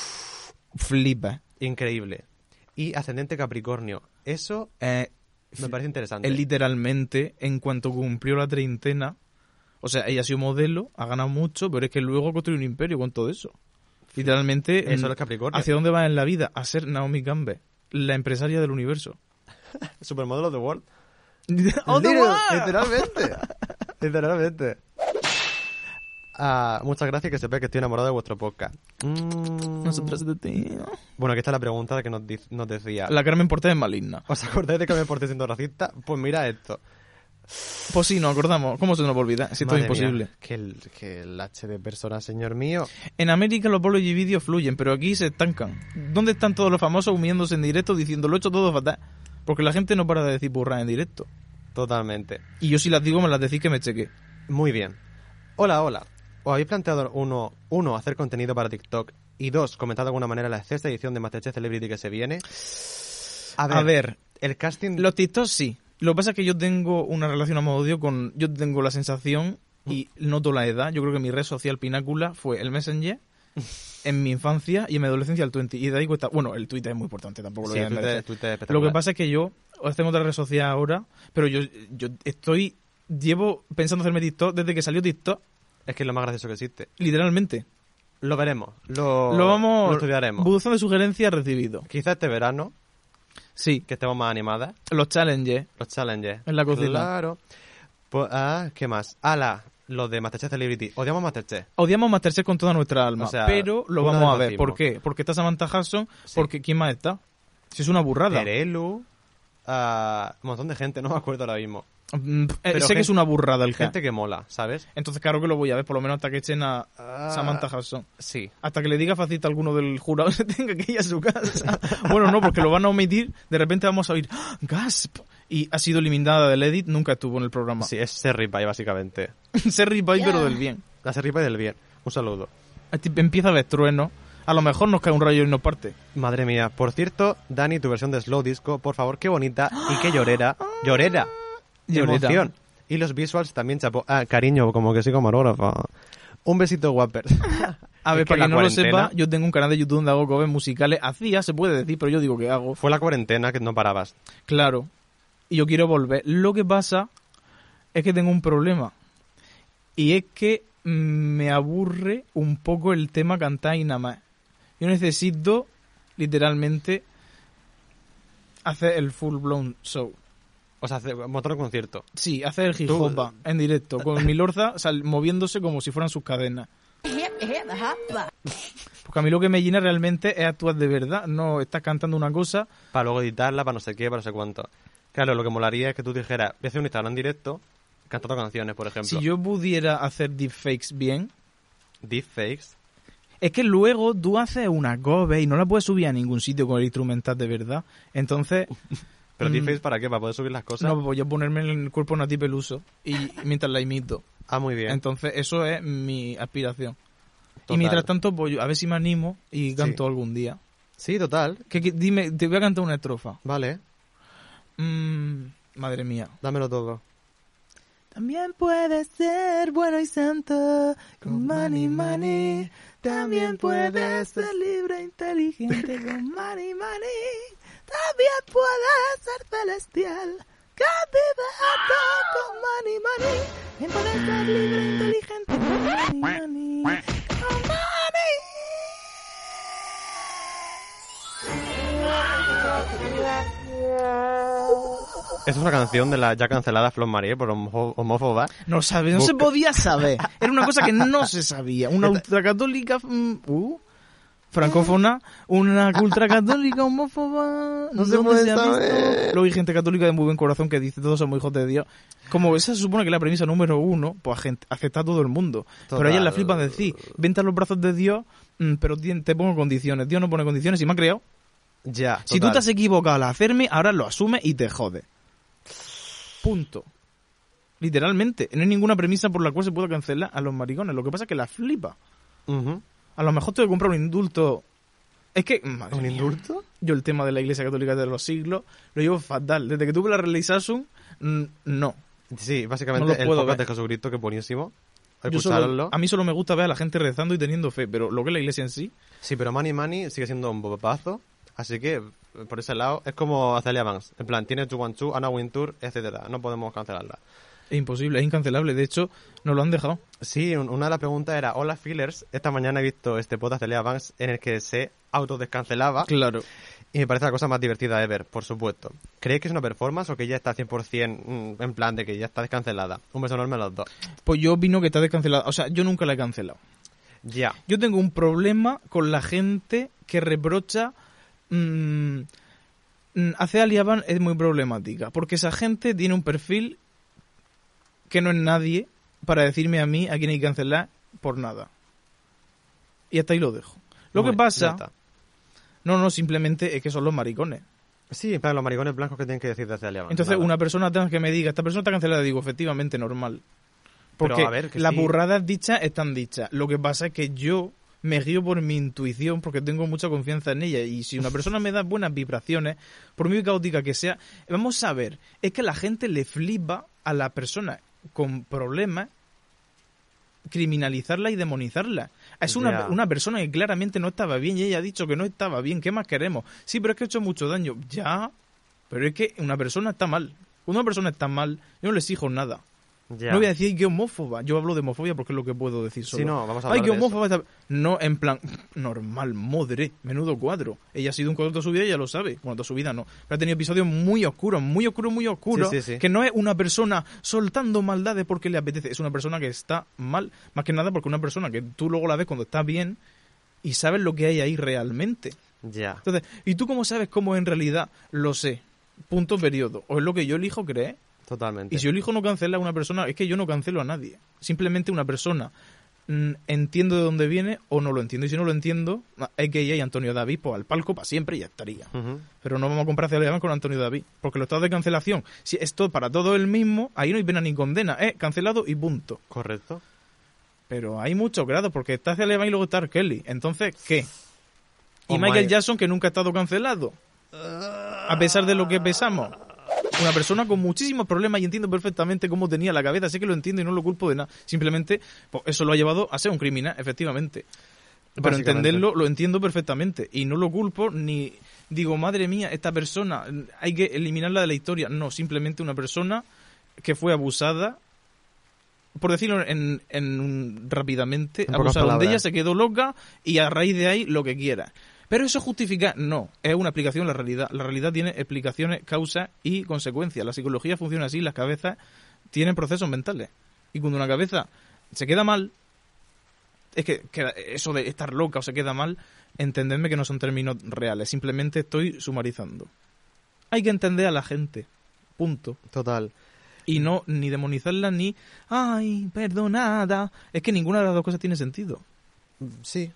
S1: Flipa.
S3: increíble. Y ascendente Capricornio. Eso
S1: Eh,
S3: me parece interesante.
S1: él literalmente, en cuanto cumplió la treintena, o sea, ella ha sido modelo, ha ganado mucho, pero es que luego construyó un imperio con todo eso. Literalmente,
S3: Eso
S1: mm,
S3: es Capricornio.
S1: ¿hacia dónde va en la vida? A ser Naomi Campbell, la empresaria del universo.
S3: Supermodelo of the World.
S1: ¡Oh, the
S3: Literal-
S1: world!
S3: Literalmente. Literalmente. Ah, muchas gracias, que sepáis que estoy enamorado de vuestro podcast. Mm.
S1: Nosotras de ti.
S3: Bueno, aquí está la pregunta que nos, dic- nos decía.
S1: La Carmen Portés es maligna.
S3: ¿Os acordáis de que me porté siendo racista? Pues mira esto.
S1: Pues sí, nos acordamos. ¿Cómo se nos olvida? Si esto es
S3: Madre mía,
S1: imposible.
S3: que, el, que el H de persona, señor mío.
S1: En América los bolos y vídeos fluyen, pero aquí se estancan. ¿Dónde están todos los famosos humiéndose en directo diciendo lo he hecho todo fatal? Porque la gente no para de decir burras en directo.
S3: Totalmente.
S1: Y yo si las digo me las decís que me cheque.
S3: Muy bien. Hola, hola. ¿Os habéis planteado, uno, uno, hacer contenido para TikTok y dos, comentar de alguna manera la sexta edición de Masterchef Celebrity que se viene?
S1: A ver.
S3: el casting...
S1: Los TikToks sí. Lo que pasa es que yo tengo una relación amor-odio con... Yo tengo la sensación y
S3: Mm.
S1: noto la edad. Yo creo que mi red social pinácula fue el Messenger en mi infancia y en mi adolescencia el 20. Y de ahí cuesta... Bueno, el Twitter es muy importante, tampoco lo
S3: Sí,
S1: voy a
S3: el Twitter-
S1: desmerecer.
S3: eh, Twitter es
S1: Lo que
S3: espectacular.
S1: pasa es que yo... Hacemos otra red social ahora, pero yo, yo estoy... Llevo pensando hacerme TikTok desde que salió TikTok,
S3: Es que es lo más gracioso que existe.
S1: literalmente.
S3: Lo veremos. Lo,
S1: Lo vamos.
S3: lo estudiaremos.
S1: Buzón de sugerencias recibido.
S3: Quizá este verano,
S1: Sí.
S3: que estemos más animadas,
S1: Los challenges.
S3: los challenges.
S1: En la cocina.
S3: Claro. Pues, ah, ¿qué más? Ala, los de Masterchef Celebrity. Odiamos Masterchef.
S1: Odiamos Masterchef con toda nuestra alma,
S3: O sea,
S1: pero lo
S3: una
S1: vamos a
S3: del
S1: ver.
S3: racismo.
S1: ¿Por qué? Porque está Samantha Hudson,
S3: Sí.
S1: porque ¿quién más está? Si es una burrada.
S3: Terelu. ah, un montón de gente, no me acuerdo ahora mismo.
S1: Mm, eh,
S3: Pero
S1: sé que
S3: gen-
S1: es una burrada el
S3: Gente
S1: gente.
S3: que mola, ¿sabes?
S1: Entonces, claro que lo voy a ver, por lo menos hasta que echen a
S3: Ah.
S1: Samantha Hudson.
S3: Sí.
S1: Hasta que le diga facita alguno del jurado se tenga que ir a su casa. bueno, no, porque lo van a omitir. De repente vamos a oír ¡Ah, ¡Gasp! Y ha sido eliminada del edit, nunca estuvo en el programa.
S3: Sí, es Serri Pie, básicamente.
S1: Serry Pie, pero del bien.
S3: La Serri Pie del bien. Un saludo.
S1: A ti- Empieza a ver trueno. A lo mejor nos cae un rayo y nos parte.
S3: Madre mía. Por cierto, Dani, tu versión de Slow Disco, por favor, qué bonita y qué llorera. Llorera. De
S1: Llorera.
S3: emoción. Y los visuals también, chapo. Ah, cariño, como que soy camarógrafa. Un besito, guapers.
S1: A ver,
S3: Es que
S1: para
S3: la
S1: quien no lo
S3: cuarentena-
S1: sepa, yo tengo un canal de YouTube donde hago covers musicales. Hacía, se puede decir, pero yo digo que hago.
S3: Fue la cuarentena que no parabas.
S1: Claro. Y yo quiero volver. Lo que pasa es que tengo un problema. Y es que mm, me aburre un poco el tema cantar y nada más. Yo necesito, literalmente, hacer el full blown show.
S3: O sea, hace- montar un concierto.
S1: Sí, hacer el hip hop en directo, con mi lorza sal- moviéndose como si fueran sus cadenas.
S4: Hip, hip, hop.
S1: Porque a mí lo que me llena realmente es actuar de verdad, no estás cantando una cosa
S3: Para luego editarla, para no sé qué, para no sé cuánto. Claro, lo que molaría es que tú dijeras, voy a hacer un Instagram en directo cantando canciones, por ejemplo.
S1: Si yo pudiera hacer deepfakes bien,
S3: Deepfakes.
S1: es que luego tú haces una cover y no la puedes subir a ningún sitio con el instrumental de verdad. Entonces,
S3: ¿Pero
S1: Mm.
S3: deepfakes para qué? ¿Para poder subir las cosas?
S1: no, voy a ponerme en el cuerpo una tipa uso y mientras la imito.
S3: Ah, muy bien.
S1: Entonces, eso es mi aspiración.
S3: Total.
S1: Y mientras tanto, pues, yo- a ver si me animo y canto algún día.
S3: Sí, total.
S1: Que, que- dime, te voy a cantar una estrofa.
S3: Vale,
S1: Mm, madre mía.
S3: dámelo todo.
S1: También puedes ser bueno y santo con money money. También puedes ser libre e inteligente con money money. También puedes ser celestial. Candidato con money money. También puedes ser libre e inteligente con money money. Con money.
S3: Esta es una canción de la ya cancelada Flor Marie por homo- homófoba.
S1: No sabes, no se podía saber. Era una cosa que no se sabía. Una ultracatólica. mm, uh, francófona. Una ultracatólica homófoba.
S3: No se
S1: ¿dónde
S3: puede
S1: ha visto?
S3: saber.
S1: Luego hay gente católica de muy buen corazón que dice todos somos hijos de Dios. Como esa se supone que es la premisa número uno, pues a gente, acepta a todo el mundo. Pero
S3: Total.
S1: a ellas la flipan de decir, vente a los brazos de Dios, mm, pero tien- te pongo condiciones. Dios no pone condiciones y me ha creado.
S3: Ya.
S1: Si tú
S3: total.
S1: te has equivocado al hacerme, ahora lo asume y te jode. Punto. Literalmente. No hay ninguna premisa por la cual se pueda cancelar a los maricones. Lo que pasa es que la flipa.
S3: Ujú.
S1: A lo mejor te voy a comprar un indulto. Es que, madre
S3: ¿Un
S1: mía,
S3: indulto?
S1: yo el tema de la Iglesia Católica de los siglos lo llevo fatal. Desde que tuve la realización, mm, no.
S3: Sí,
S1: No
S3: básicamente
S1: lo
S3: el
S1: puedo
S3: podcast
S1: ver.
S3: de Jesucristo, que es buenísimo.
S1: Yo solo-
S3: Escucharlo.
S1: a mí solo me gusta ver a la gente rezando y teniendo fe, pero lo que es la Iglesia en sí,
S3: Sí, pero Money Money sigue siendo un bobazo. Así que, eh, por ese lado, es como Azalea Banks. En plan, tiene Two One Two, Anna Wintour, etcétera. No podemos cancelarla.
S1: es imposible, es incancelable. De hecho, no lo han dejado.
S3: Sí, un- una de las preguntas era, hola fillers, esta mañana he visto este podcast de Lea Banks en el que se autodescancelaba
S1: Claro.
S3: y me parece la cosa más divertida de ver, por supuesto. ¿Creéis que es una performance o que ya está 100% mm, en plan de que ya está descancelada? Un beso enorme a los dos.
S1: Pues yo opino que está descancelada. O sea, yo nunca la he cancelado.
S3: Ya.
S1: Yo tengo un problema con la gente que reprocha. mm, mm, hacer Aliaban es muy problemática, porque esa gente tiene un perfil que no es nadie para decirme a mí a quién hay que cancelar por nada. Y hasta ahí lo dejo. Lo
S3: Bueno,
S1: que
S3: ya
S1: pasa,
S3: está.
S1: no, no, simplemente es que son los maricones.
S3: Sí, en plan, los maricones blancos que tienen que decir de Azalea Banks.
S1: Entonces,
S3: nada.
S1: una persona trans que me diga, esta persona está cancelada, digo, efectivamente, normal.
S3: Pero,
S1: Porque
S3: a ver, que
S1: las
S3: sí.
S1: burradas dichas están dichas. Lo que pasa es que yo me guío por mi intuición porque tengo mucha confianza en ella. Y si una persona me da buenas vibraciones, por muy caótica que sea, vamos a ver, es que la gente le flipa a la persona con problemas criminalizarla y demonizarla. Es una,
S3: Ya.
S1: una persona que claramente no estaba bien y ella ha dicho que no estaba bien. ¿Qué más queremos? Sí, pero es que ha hecho mucho daño. Ya, pero es que una persona está mal. Cuando una persona está mal, yo no le exijo nada.
S3: Ya.
S1: No voy a decir que homófoba. Yo hablo de homofobia porque es lo que puedo decir solo.
S3: Sí, no, vamos a
S1: Ay,
S3: hablar
S1: que
S3: de eso.
S1: homófoba. esta- No, en plan, normal, madre, menudo cuadro. Ella ha sido un cuadro toda su vida y ella lo sabe. Bueno, toda su vida no. Pero ha tenido episodios muy oscuros, muy oscuros, muy oscuros.
S3: Sí, sí, sí.
S1: Que no es una persona soltando maldades porque le apetece. Es una persona que está mal. Más que nada porque una persona que tú luego la ves cuando está bien y sabes lo que hay ahí realmente.
S3: Ya.
S1: Entonces, ¿y tú cómo sabes cómo en realidad lo sé? Punto periodo. O es lo que yo elijo creer
S3: Totalmente.
S1: y si yo elijo no cancelar a una persona, es que yo no cancelo a nadie. Simplemente una persona mm, entiendo de dónde viene o no lo entiendo. Y si no lo entiendo, es que y Antonio David, pues al palco para siempre y ya estaría.
S3: Ujú.
S1: Pero no vamos a comprar cereales con Antonio David, porque los estados de cancelación, si es todo para todo el mismo, ahí no hay pena ni condena, es cancelado y punto.
S3: Correcto.
S1: Pero hay muchos grados, porque está Celia y luego está R. Kelly. Entonces, ¿qué? Y
S3: Oh
S1: Michael
S3: my-
S1: Jackson, que nunca ha estado cancelado. A pesar de lo que pesamos. Una persona con muchísimos problemas y entiendo perfectamente cómo tenía la cabeza. Sé que lo entiendo y no lo culpo de nada. Simplemente, pues, eso lo ha llevado a ser un criminal, efectivamente. Pero
S3: Básicamente.
S1: entenderlo, lo entiendo perfectamente. Y no lo culpo ni digo, madre mía, esta persona hay que eliminarla de la historia. No, simplemente una persona que fue abusada por decirlo en, en un- rápidamente,
S3: En pocas
S1: abusaron de
S3: palabras.
S1: ella, se quedó loca y a raíz de ahí lo que quiera. Pero eso justifica, no, es una explicación la realidad. La realidad tiene explicaciones, causas y consecuencias. La psicología funciona así, las cabezas tienen procesos mentales. Y cuando una cabeza se queda mal, es que, que eso de estar loca o se queda mal, entendedme que no son términos reales, simplemente estoy sumarizando. Hay que entender a la gente, punto
S3: Total.
S1: y no ni demonizarla ni ay perdonada es que ninguna de las dos cosas tiene sentido
S3: Sí.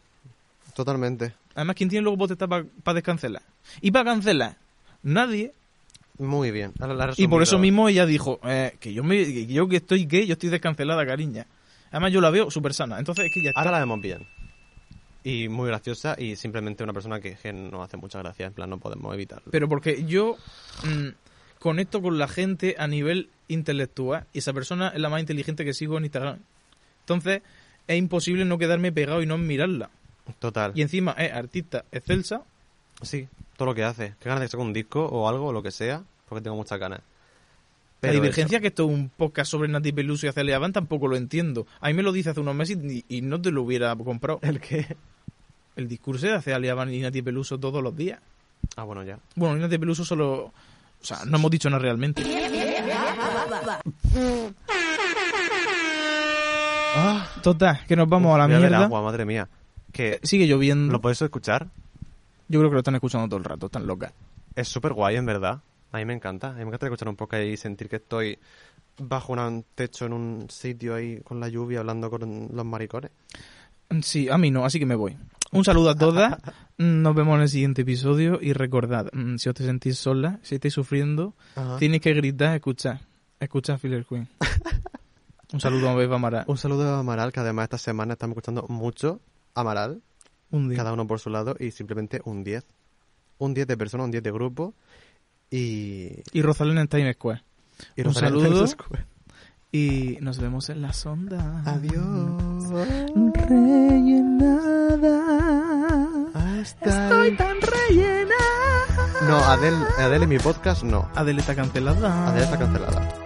S3: Totalmente.
S1: además quién tiene luego potestad para descancelar y para cancelar nadie
S3: Muy bien. La- la
S1: y por
S3: resumido.
S1: eso mismo ella dijo eh, que yo me que yo que estoy gay yo estoy descancelada cariña además yo la veo súper sana entonces es que ya está.
S3: Ahora la vemos bien. Y muy graciosa y simplemente una persona que, que no hace mucha gracia. En plan, no podemos evitarlo.
S1: pero porque yo mm, conecto con la gente a nivel intelectual y esa persona es la más inteligente que sigo en Instagram entonces es imposible no quedarme pegado y no mirarla
S3: Total.
S1: y encima es artista excelsa
S3: Sí, todo lo que hace. Que ganas de sacar un disco o algo, o lo que sea, porque tengo muchas ganas.
S1: La
S3: Pero
S1: divergencia que esto es un podcast sobre Nati Peluso y Azalea Van tampoco lo entiendo. A mí me lo dice hace unos meses y, y no te lo hubiera comprado.
S3: ¿El qué?
S1: El discurso de Azalea Van y Nati Peluso todos los días.
S3: Ah, bueno, ya.
S1: Bueno, y Nati Peluso solo... O sea, no hemos dicho nada realmente.
S3: Ah.
S1: Total, que nos vamos a la
S3: Voy ver
S1: mierda.
S3: agua, madre mía. Que,
S1: Eh, Sigue lloviendo.
S3: ¿lo puedes escuchar?
S1: Yo creo que lo están escuchando todo el rato, están locas.
S3: Es súper guay, en verdad. A mí me encanta. A mí me encanta escuchar un podcast y sentir que estoy bajo un techo en un sitio ahí con la lluvia hablando con los maricones.
S1: Sí, a mí no, así que me voy. Un saludo a todas. Mm, Nos vemos en el siguiente episodio y recordad, mm, si os te sentís sola, si estáis sufriendo,
S3: Ajá.
S1: tienes que gritar, escuchar. Escucha a Filler Queen. Un saludo a Beba Mara.
S3: Un saludo a Amaral, que además esta semana estamos escuchando mucho. Amaral,
S1: Un día.
S3: cada uno por su lado, y simplemente un 10. Un 10 de persona, un 10 de grupo. Y.
S1: Y Rosalén en Time Square.
S3: y
S1: Un
S3: Rosalía
S1: saludo.
S3: Sánchez Cuevas.
S1: Y nos vemos en la sonda.
S3: Adiós.
S1: Rellenada.
S3: Hasta
S1: Estoy
S3: el-
S1: tan rellenada.
S3: No, Adel, Adel en mi podcast no.
S1: Adele está cancelada.
S3: Adel está cancelada.